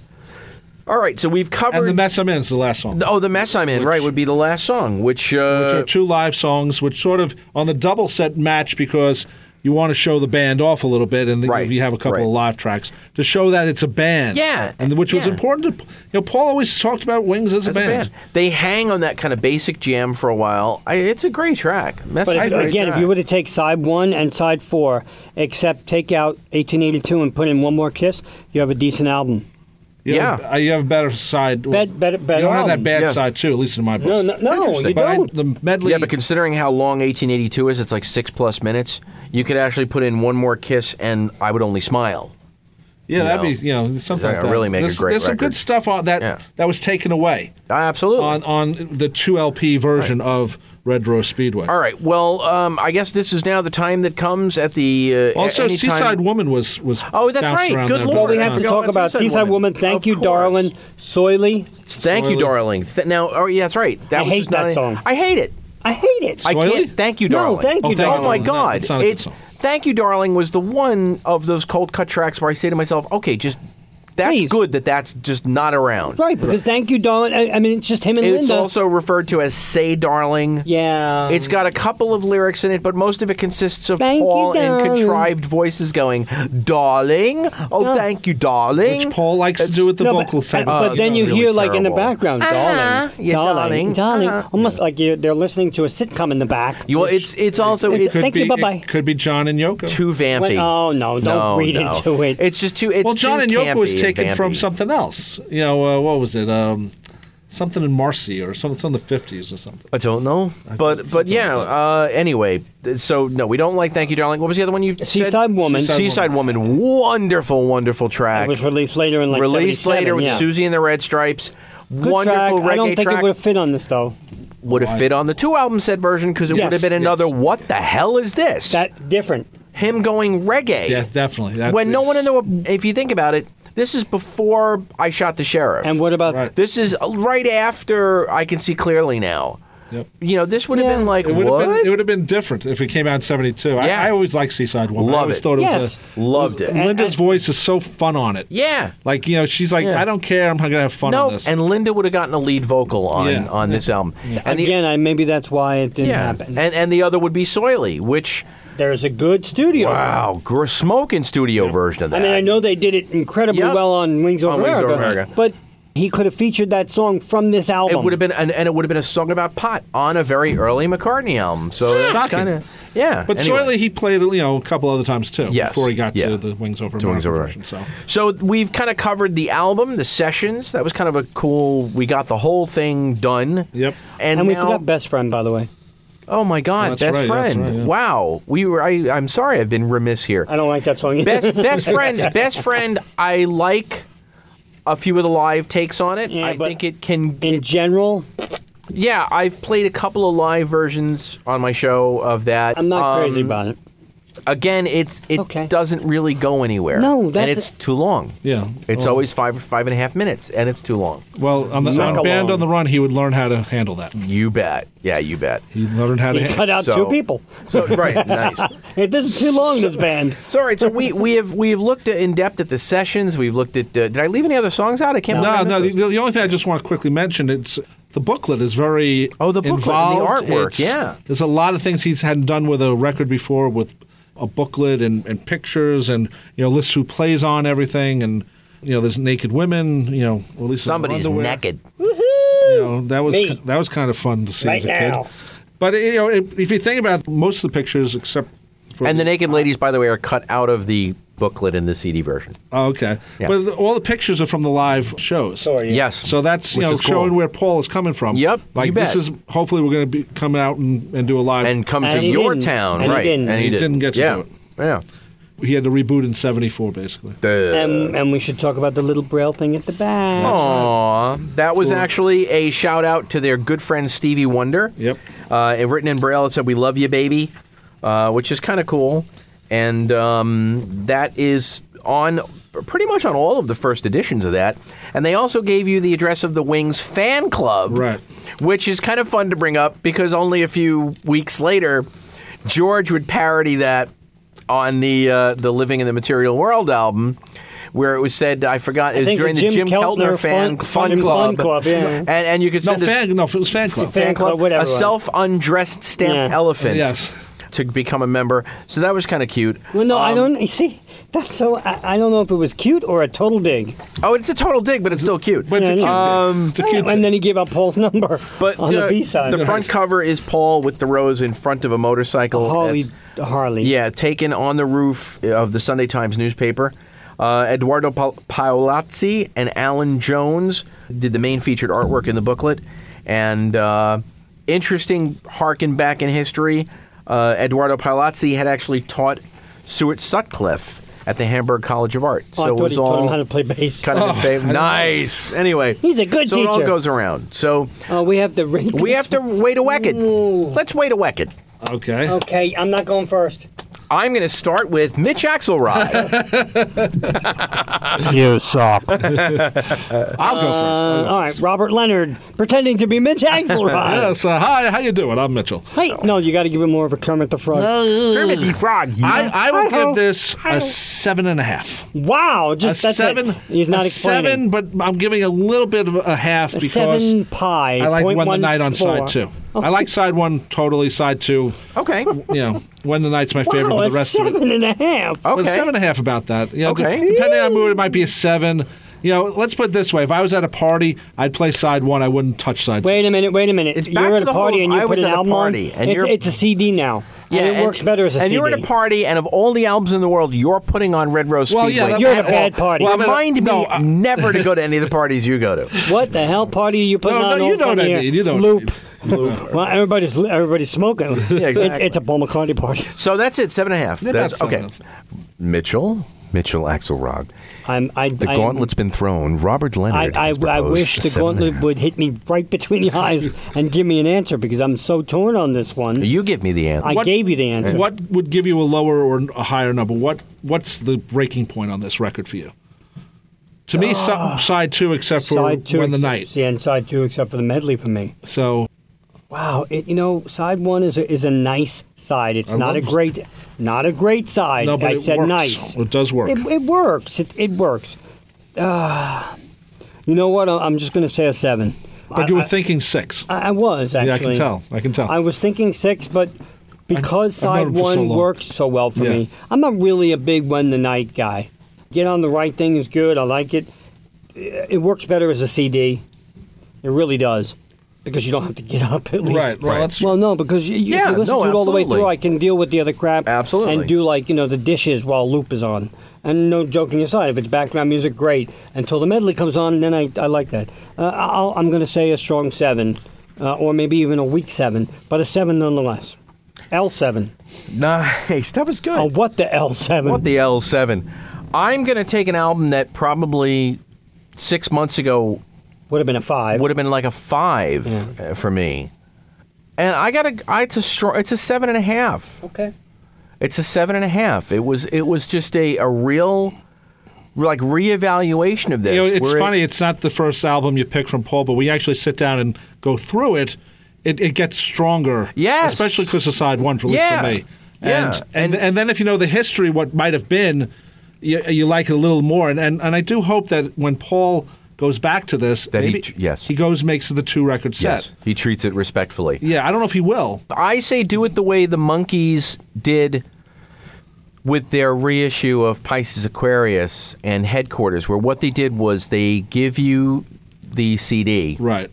S2: All right, so we've
S4: And
S2: covered.
S4: the mess I'm in is the last song.
S2: oh, the mess I'm in.
S4: Which-
S2: right, would be the last song, which.
S4: which
S2: Uh,
S4: are two live songs, which sort of on the double set match because you want to show the band off a little bit, and the,
S2: Right,
S4: you have a couple
S2: right.
S4: of live tracks to show that it's a band.
S2: Yeah,
S4: and which was
S2: yeah.
S4: important. To, you know, Paul always talked about Wings as,
S2: as a band. They hang on that kind of basic jam for a while. I, it's a great track. Mess
S3: But
S2: is a
S3: if,
S2: great
S3: again, if
S2: track.
S3: you were to take side one and side four, except take out 1882 and put in one more kiss, you have a decent album.
S4: You
S2: Yeah.
S4: have, uh, you have a better side.
S3: Bet- better- better
S4: you don't have that
S3: album.
S4: bad
S2: Yeah.
S4: side too, at least in my book.
S3: No, no, no
S2: Interesting.
S3: you
S4: but I-
S3: don't.
S4: the medley.
S2: Yeah, but considering how long 1882 is, it's like six plus minutes. You could actually put in one more kiss, and I would only smile.
S4: yeah, that'd
S2: you
S4: be you know something.
S2: That'd
S4: like that.
S2: really make a
S4: there's,
S2: great
S4: There's some
S2: record.
S4: good stuff on that
S2: Yeah.
S4: that was taken away
S2: Absolutely.
S4: on on the two LP version of Red Rose Speedway.
S2: All right. Well, um, I guess this is now the time that comes at the uh,
S4: Also,
S2: a- anytime-
S4: Seaside Woman was was.
S2: Oh, that's
S4: bounced
S2: right.
S4: around
S2: Good
S4: that Uh,
S2: Lord.
S4: whole
S3: Well, we have
S4: time.
S3: to
S2: Go
S3: talk
S2: on,
S3: about
S2: Seaside
S3: Seaside
S2: Woman.
S3: Woman. Thank
S2: Of
S3: you,
S2: course.
S3: darling. Soily.
S2: Thank you,
S4: Soily.
S2: darling. Th- now, oh yes, right. That
S3: I
S2: was
S3: hate
S2: just not
S3: that
S2: a-
S3: song.
S2: I hate it.
S3: I hate it.
S2: I
S4: Soily?
S2: can't. Thank you,
S3: No,
S2: darling.
S3: thank you,
S4: Oh, thank
S2: Oh
S4: darling.
S2: my
S4: No,
S2: God!
S4: it's not a good
S2: it's
S4: song.
S2: thank you, darling. Was the one of those cold cut tracks where I say to myself, "Okay, just that's
S3: Please.
S2: good that that's just not around."
S3: Right, because thank you, darling. I, I mean, it's just him and
S2: It's
S3: Linda.
S2: also referred to as "Say, Darling."
S3: yeah.
S2: It's got a couple of lyrics in it, but most of it consists of
S3: Thank you,
S2: Paul and
S3: darling.
S2: contrived voices going, "Darling, oh,
S3: Yeah.
S2: thank you, darling."
S4: Which Paul likes to do with the
S3: No,
S4: vocal
S3: but,
S4: type.
S3: uh,
S4: of
S3: but
S4: things.
S3: then you
S2: really
S3: hear like in the
S2: terrible.
S3: background,
S2: Uh-huh.
S3: darling,
S2: Yeah, darling.
S3: darling, darling,
S2: Uh-huh.
S3: almost like you they're listening to a sitcom in the back.
S2: You- well,
S3: which-
S2: it's it's also
S3: It
S2: it's
S3: could Thank you,
S4: Be-
S3: bye-bye.
S4: It could be John and Yoko.
S2: too vampy.
S3: When- oh, no, don't
S2: No,
S3: read
S2: no.
S3: into it.
S2: It's just too. It's
S4: well, John
S2: too
S4: and Yoko was
S2: campy
S4: taken
S2: and
S4: from
S2: vampy.
S4: something else. You know, uh, what was it? Um, something in Marcy or something from the fifties or something.
S2: I don't know, but but
S4: something
S2: yeah.
S4: like
S2: Uh, anyway, th- so no, we don't like "Thank You, Darling." What was the other one you
S3: Seaside
S2: said?
S3: Woman.
S2: Seaside,
S3: Seaside
S2: Woman. Wonderful, wonderful track.
S3: it was released later in like
S2: Released
S3: 77,
S2: later with
S3: yeah.
S2: Susie and the Red Stripes.
S3: Good
S2: wonderful
S3: track.
S2: reggae
S3: I don't think
S2: track.
S3: it would have fit on this though.
S2: would have fit on the two album set version because it
S3: Yes,
S2: would have been
S4: yes.
S2: another what the hell is this
S3: That different.
S2: him going reggae
S4: Yeah, definitely. That-
S2: when no one in the if you think about it this is before i shot the sheriff
S3: And what about
S4: Right.
S2: this is right after i can see clearly now
S4: Yep.
S2: you know this would have
S3: Yeah.
S2: been like
S4: It would,
S2: what
S4: have been, it would have been different if it came out in '72.
S2: Yeah.
S4: I, I always liked Seaside Woman.
S2: Love
S4: I always
S2: it.
S4: thought it
S3: Yes.
S4: was a,
S2: loved it
S4: Linda's voice is so fun on it.
S2: yeah
S4: Like you know, she's like,
S2: Yeah.
S4: I don't care. I'm gonna have fun
S2: no
S4: on this.
S2: and linda would have gotten a lead vocal on
S4: Yeah.
S2: on this album and the
S3: again? I maybe that's why it didn't
S2: yeah
S3: happen.
S2: and and the other would be soily which
S3: There's a good studio.
S2: wow gr- smoking studio version of
S3: I
S2: that
S3: mean, I know they did it incredibly
S2: Yep.
S3: well on Wings Over
S2: On Wings
S3: America,
S2: Over America.
S3: but he could have featured that song from this album.
S2: It would have been, and, and it would have been a song about pot on a very early McCartney album. So that's
S4: Shocking.
S2: kind of yeah.
S4: but
S2: anyway.
S4: Soily, he played you know a couple other times too.
S2: Yes.
S4: Before he got
S2: Yeah.
S4: to the Wings Over
S2: To Wings
S4: America
S2: Over
S4: version. So.
S2: America. So we've kind of covered the album, the sessions. That was kind of a cool. We got the whole thing done.
S4: Yep.
S2: And,
S3: and we
S2: now-
S3: forgot Best Friend, by the way.
S2: Oh my God,
S4: That's
S2: best
S4: right, that's
S2: friend!
S4: right, yeah.
S2: Wow, we were. I, I'm sorry, I've been remiss here.
S3: I don't like that song. either.
S2: best best friend best friend I like a few of the live takes on it.
S3: Yeah,
S2: I
S3: but-
S2: think it can
S3: in general,
S2: Yeah, I've played a couple of live versions on my show of that.
S3: I'm not
S2: Um,
S3: crazy about it.
S2: Again, it's it
S3: Okay.
S2: doesn't really go anywhere.
S3: No,
S2: and
S3: that's-
S2: it's too long.
S4: Yeah. Oh.
S2: it's
S4: Well-
S2: always five five and a half minutes, and it's too long.
S4: Well, on the
S3: So-
S4: on Band on the Run, he would learn how to handle that.
S2: You bet. Yeah, you bet.
S4: He learned how to.
S3: He
S4: handle
S3: cut out
S2: So-
S3: two people.
S2: So right, nice.
S3: Hey, this is too long. This band.
S2: So all right, so we we have we have looked at, in depth at the sessions. We've looked at. Uh, did I leave any other songs out? I can't.
S4: No,
S2: believe I
S4: no. The,
S2: missed those.
S4: the only thing I just want to quickly mention it's the booklet is very
S2: Oh, the booklet and the
S4: involved.
S2: artwork,
S4: It's-
S2: yeah.
S4: there's a lot of things he's hadn't done with a record before with a booklet and, and pictures and you know lists who plays on everything and you know, there's naked women. You know, or at least in
S2: Somebody's
S4: underwear.
S2: naked.
S4: You know, that was
S3: Me.
S4: that was kind of fun to see
S3: Right
S4: as a
S3: now.
S4: kid. But you know, if if you think about it, most of the pictures, except for
S2: And the naked
S3: Uh,
S2: ladies, by the way, are cut out of the booklet in the CD version.
S4: oh, okay,
S2: Yeah.
S4: but the- all the pictures are from the live shows.
S3: Sorry.
S2: Yes.
S4: So that's you
S2: Which
S4: know
S2: is cool.
S4: showing where Paul is coming from.
S2: Yep,
S4: Like
S2: you
S4: this
S2: bet.
S4: is hopefully we're going to be come out and, and do a live.
S2: and come
S3: And
S2: to
S3: he
S2: your
S3: didn't.
S2: town,
S3: And he
S2: right?
S3: didn't.
S2: And he
S4: He didn't get to
S2: yeah.
S4: do it.
S2: Yeah.
S4: he had to reboot in '74, basically.
S3: And, and we should talk about the little braille thing at the back.
S2: Oh, Aw, that was actually a shout out to their good friend Stevie Wonder.
S4: Yep.
S2: Uh, it written in braille. It said, "We love you, baby," uh, which is kind of cool, and um, that is on pretty much on all of the first editions of that. And they also gave you the address of the Wings fan club,
S4: Right.
S2: Which is kind of fun to bring up because only a few weeks later, George would parody that on the uh, the Living in the Material World album. Where it was said, I forgot,
S3: think
S2: during
S3: the
S2: the
S3: Jim
S2: Jim, Keltner,
S3: Keltner
S2: fan,
S3: fun-
S2: fun,
S3: fun
S2: club,
S3: club, yeah.
S2: and and you could
S4: No
S2: send a s-
S4: fan, no, it was fan club.
S2: fan club,
S3: whatever it
S2: a
S3: was.
S2: self undressed stamped
S3: Yeah.
S2: elephant
S4: Yes.
S2: to become a member. So that was kind of cute.
S3: Well, no, I
S2: Um,
S3: don't. You see, that's so. I, I don't know if it was cute or a total dig.
S2: Oh, it's a total dig, but it's still cute.
S4: But it's a
S3: Yeah,
S4: cute.
S3: I
S4: Um, it's a cute.
S3: and then he gave up Paul's number
S2: But,
S3: on
S2: uh,
S3: the B side.
S2: the front cover is Paul with the rose in front of a motorcycle.
S3: Harley,
S2: That's-
S3: Harley.
S2: yeah, taken on the roof of the Sunday Times newspaper. Uh, Eduardo Pa- Paolazzi and Alan Jones did the main featured artwork in the booklet. And uh, interesting harken back in history. Uh, Eduardo Paolazzi had actually taught Stuart Sutcliffe at the Hamburg College of Art.
S3: Oh, I
S2: so it
S3: thought
S2: was
S3: he
S2: all
S3: taught him how to Oh, play bass.
S2: kind of in favor. Nice. Anyway,
S3: He's a good
S2: so it all
S3: teacher.
S2: goes around. So
S3: Oh, we have to rate.
S2: we
S3: this
S2: have to
S3: one.
S2: wait a wecket.
S3: Ooh.
S2: Let's wait a wecket.
S4: okay.
S3: Okay, I'm not going first.
S2: I'm going to start with Mitch Axelrod.
S3: You suck.
S4: I'll go first.
S2: Uh.
S4: I'll go
S3: Uh, all right, Robert Leonard pretending to be Mitch Axelrod.
S4: Yeah, so uh, hi, how you doing? I'm Mitchell.
S3: Hey, no, you got to give him more of a Kermit the Frog.
S2: Kermit the Frog.
S4: I, I
S3: Hi-ho.
S4: will give this
S3: Hi-ho.
S4: a seven and a half.
S3: Wow,
S4: A
S3: just that's it.
S4: seven.
S3: He's not
S4: a
S3: explaining.
S4: seven, but I'm giving a little bit of a half
S3: A
S4: because
S3: seven pie.
S4: I like
S3: point
S4: when the
S3: one
S4: night on
S3: four.
S4: side two. I like side one totally. Side two,
S2: Okay.
S4: you know, when the night's my favorite.
S3: Wow,
S4: but
S3: a
S4: the rest of it, Oh.
S3: seven and a half.
S4: but
S2: Okay.
S4: seven and a half about that. You know, de-
S2: Okay.
S4: depending on mood, it might be a seven. You know, let's put it this way: if I was at a party, I'd play side one. I wouldn't touch side
S3: Wait a minute, wait a minute.
S2: It's back
S3: you're
S2: to
S3: at a
S2: the
S3: party
S2: whole-
S3: and you
S2: I
S3: put
S2: was
S3: an
S2: at a
S3: album
S2: party
S3: on.
S2: and
S3: it's,
S2: you're-
S3: it's a CD now. and it
S2: and-
S3: works better as a
S2: and
S3: CD.
S2: you're at a party, and of all the albums in the world, you're putting on Red Rose
S4: Well, yeah,
S2: Speedway.
S4: that-
S3: You're at
S4: Well,
S3: a bad party.
S4: well, I'm at a-
S2: Remind me
S4: No, I-
S2: never to go to any of the parties you go to.
S3: what the hell party are you
S4: two.
S3: putting
S4: No,
S3: on?
S4: no,
S3: all
S4: you know what I
S3: fucking year?
S4: mean. You know what I
S3: Loop.
S4: mean.
S3: Well, everybody's everybody's smoking. It's,
S2: exactly.
S3: it's a Paul McCartney party.
S2: So that's it, seven and a half.
S4: Yeah,
S2: that's
S4: about
S2: okay.
S4: seven
S2: Mitchell, Mitchell Axelrod.
S3: I'm, I,
S2: The
S3: I,
S2: gauntlet's been thrown. Robert
S3: I,
S2: Leonard.
S3: I,
S2: has
S3: I
S2: proposed
S3: wish
S2: a
S3: the
S2: seven and a
S3: gauntlet
S2: half.
S3: would hit me right between the eyes and give me an answer because I'm so torn on this one.
S2: You give me the answer.
S3: I
S4: What-
S3: gave you the answer.
S4: What would give you a lower or a higher number? What What's the breaking point on this record for you? To me, some, side two, except for
S3: Ah. side two
S4: when the
S3: except-
S4: night.
S3: Yeah, and side two except for the medley for me.
S4: So
S3: Wow, it, you know, side one is a, is a nice side. It's
S4: I
S3: not a
S4: love-
S3: great, not a great side.
S4: no, but
S3: I
S4: it
S3: said
S4: works.
S3: nice.
S4: It does work.
S3: It, it works. It, it works. Uh, you know what? I'm just going to say a seven.
S4: but you were thinking six.
S3: I, I was actually.
S4: Yeah, I can tell. I can tell.
S3: I was thinking six, but because side
S4: I've known him for so
S3: one
S4: long.
S3: worked so well for
S4: Yeah.
S3: me, I'm not really a big when the night guy. Get on the right thing is good. I like it. It works better as a CD. It really does because you don't have to get up at least.
S4: right. Well,
S2: Right.
S4: that's
S3: Well, no, because you, you, if
S2: Yeah,
S3: you listen
S2: no,
S3: to it all the way
S2: absolutely.
S3: through, I can deal with the other crap.
S2: Absolutely.
S3: And do like, you know, the dishes while loop is on. And no joking aside, if it's background music, great. Until the medley comes on, then I, I like that. Uh, I'll, I'm going to say a strong seven, uh, or maybe even a weak seven, but a seven nonetheless. L7.
S2: nice. That was good.
S3: Oh, what the L7?
S2: What the L7? I'm going to take an album that probably six months ago
S3: Would have been a five.
S2: would have been like a five uh, for me. And I got a, I, it's a strong, it's a seven and a half.
S3: okay.
S2: It's a seven and a half. It was, it was just a, a real, like reevaluation of this.
S4: you know, it's
S2: where it-
S4: funny. it's not the first album you pick from Paul, but we actually sit down and go through it. It, it gets stronger.
S2: Yes.
S4: Especially because of side one, for, at least
S2: Yeah.
S4: for me. And,
S2: Yeah.
S4: and, and
S2: And-
S4: then if you know the history, what might have been, you, you like it a little more. And, and and I do hope that when Paul goes back to this,
S2: That he
S4: maybe
S2: tr- yes.
S4: he goes and makes the two record set.
S2: yes, he treats it respectfully.
S4: Yeah, I don't know if he will.
S2: I say do it the way the monkeys did with their reissue of Pisces Aquarius and Headquarters, where what they did was they give you the CD
S4: Right.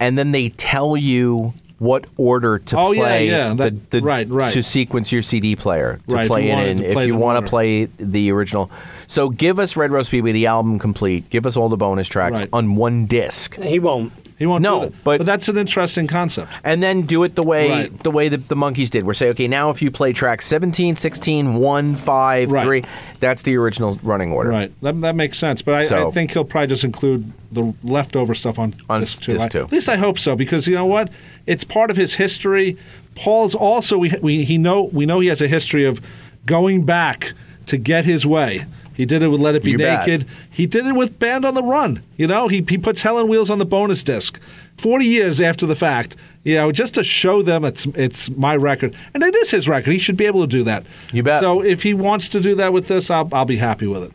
S2: and then they tell you what order to
S4: Oh, yeah,
S2: play
S4: yeah, that-
S2: the, the
S4: right, right.
S2: to sequence your CD player to
S4: Right, if
S2: play
S4: you
S2: it
S4: wanted
S2: in
S4: to
S2: if
S4: play
S2: you
S4: them
S2: want
S4: order.
S2: to play the original. So give us Red Rose Speedway the album complete. Give us all the bonus tracks
S4: Right.
S2: on one disc.
S3: He won't.
S4: He won't.
S2: No,
S4: do that.
S2: but-
S4: but that's an interesting concept.
S2: and then do it the way
S4: Right.
S2: the way the, the monkeys did where say okay now if you play track 17 16 1 5
S4: Right.
S2: 3 that's the original running order
S4: Right. That, that makes sense. But I,
S2: So-
S4: I think he'll probably just include the leftover stuff on,
S2: On
S4: disc two.
S2: disc
S4: I-
S2: two.
S4: At least I hope so, because you know what? It's part of his history. Paul's also we, we he know we know he has a history of going back to get his way. He did it with Let It Be
S2: You bet.
S4: Naked. He did it with Band on the Run. You know, he, he puts Helen Wheels on the bonus disc 40 years after the fact, you know, just to show them it's it's my record. And it is his record. He should be able to do that.
S2: You bet.
S4: So if he wants to do that with this, I'll, I'll be happy with it.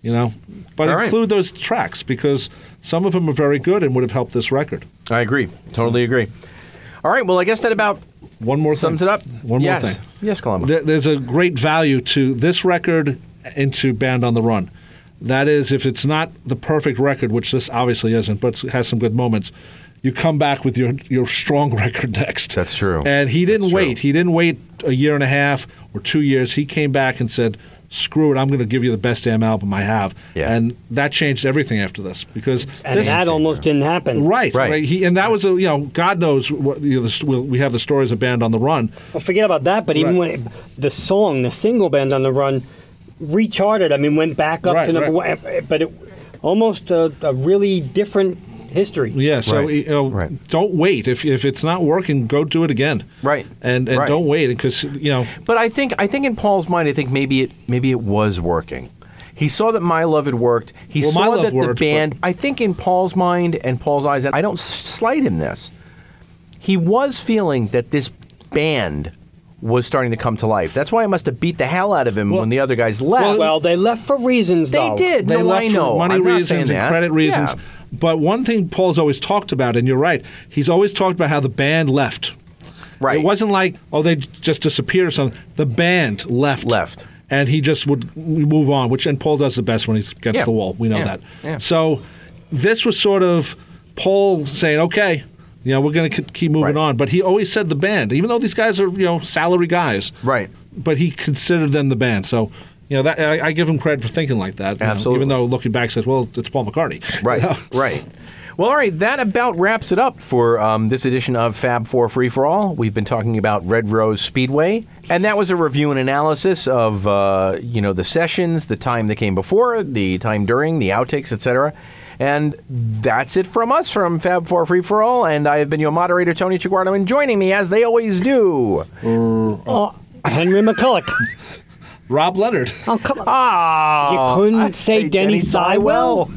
S4: You know, but
S2: All right.
S4: include those tracks because some of them are very good and would have helped this record.
S2: i agree totally agree all right well i guess that about
S4: One more
S2: sums
S4: thing.
S2: it up
S4: One
S2: yes.
S4: more thing.
S2: yes Columbo.
S4: There, there's a great value to this record and to Band on the Run. That is, if it's not the perfect record, which this obviously isn't, but it has some good moments, you come back with your, your strong record next.
S2: That's true.
S4: And he didn't
S2: That's
S4: wait.
S2: true.
S4: He didn't wait a year and a half or two years. He came back and said, screw it, I'm going to give you the best damn album I have.
S2: Yeah.
S4: And that changed everything after this because
S3: And
S4: this,
S3: that almost didn't happen.
S4: Right,
S2: Right.
S4: right, He and that was a you know God knows what you know, the, st- we have the stories of Band on the Run,
S3: Well, forget about that. But even
S4: Right.
S3: when it, the song, the single band on the run, recharted. I mean, went back up
S4: Right,
S3: to number
S4: right.
S3: one. But it almost a, a really different history.
S4: Yeah, so
S2: Right.
S4: you know,
S2: Right.
S4: don't wait. If if it's not working, go do it again.
S2: Right.
S4: And and
S2: Right.
S4: don't wait because you know
S2: But I think I think in Paul's mind, I think maybe it maybe it was working. He saw that My Love had worked. He
S4: Well, My
S2: saw
S4: Love
S2: that
S4: worked,
S2: the band. I think in Paul's mind and Paul's eyes, and I don't slight him this. He was feeling that this band was starting to come to life. That's why I must have beat the hell out of him when the other guys left.
S3: Well, they left for reasons.
S2: They
S3: though.
S2: did.
S4: they
S2: no,
S4: left
S2: I
S4: for
S2: know.
S4: money
S2: I'm not saying
S4: reasons and
S2: that.
S4: credit reasons.
S2: Yeah.
S4: But one thing Paul's always talked about, and you're right, he's always talked about how the band left.
S2: Right.
S4: It wasn't like oh they just disappeared or something. The band left.
S2: Left.
S4: And he just would move on, which and Paul does the best when he gets
S2: Yeah.
S4: the wall. We know
S2: Yeah.
S4: that.
S2: Yeah.
S4: So this was sort of Paul saying, okay, you know, we're going to keep moving
S2: Right.
S4: on. But he always said the band, even though these guys are, you know, salary guys.
S2: Right.
S4: But he considered them the band. So, you know, that I, I give him credit for thinking like that. you know,
S2: Absolutely.
S4: even though looking back says, well, it's Paul McCartney.
S2: Right, right. Well, all right, that about wraps it up for um, this edition of Fab Four Free for All. We've been talking about Red Rose Speedway, and that was a review and analysis of uh, you know the sessions, the time that came before, the time during, the outtakes, etc. And that's it from us from Fab Four Free for All. And I have been your moderator, Tony Chiguardo, and joining me as they always do.
S3: Oh, Henry McCulloch.
S4: Rob Leonard.
S3: Oh, come on.
S2: Ah,
S3: You couldn't say Denny
S2: Sywell.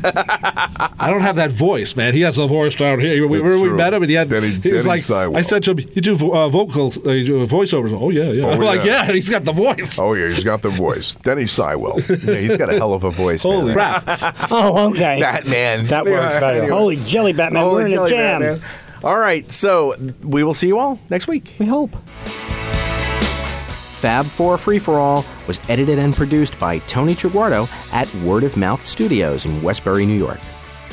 S4: I don't have that voice, man. He has a voice down here. We,
S2: It's
S4: remember we
S2: true.
S4: met him, and he had.
S2: Denny-
S4: he
S2: Denny
S4: was like,
S2: Sywell.
S4: I said to him, "You do vo- uh, vocal, uh, you do voiceovers." Oh yeah, yeah. I'm like,
S2: yeah.
S4: yeah, he's got the voice.
S2: Oh yeah, he's got the voice. Denny Sywell. Yeah, he's got a hell of a voice. man.
S4: Holy crap!
S3: Oh, okay.
S2: That man.
S3: That works
S2: Yeah,
S3: better.
S2: anyway.
S3: Holy jelly, Batman.
S2: Holy
S3: We're in a
S2: jelly,
S3: jam.
S2: Batman. All right, so we will see you all next week.
S3: We hope.
S2: Fab Four Free for All was edited and produced by Tony Triguardo at Word of Mouth Studios in Westbury, New York.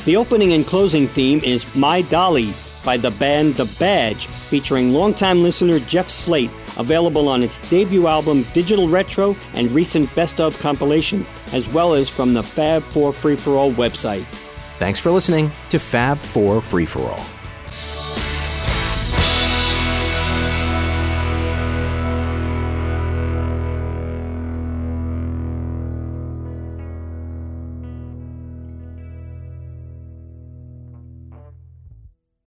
S3: The opening and closing theme is My Dolly by the band The Badge, featuring longtime listener Jeff Slate, available on its debut album Digital Retro and recent Best of compilation, as well as from the Fab 4 Free For All website.
S2: Thanks for listening to Fab Four Free for All.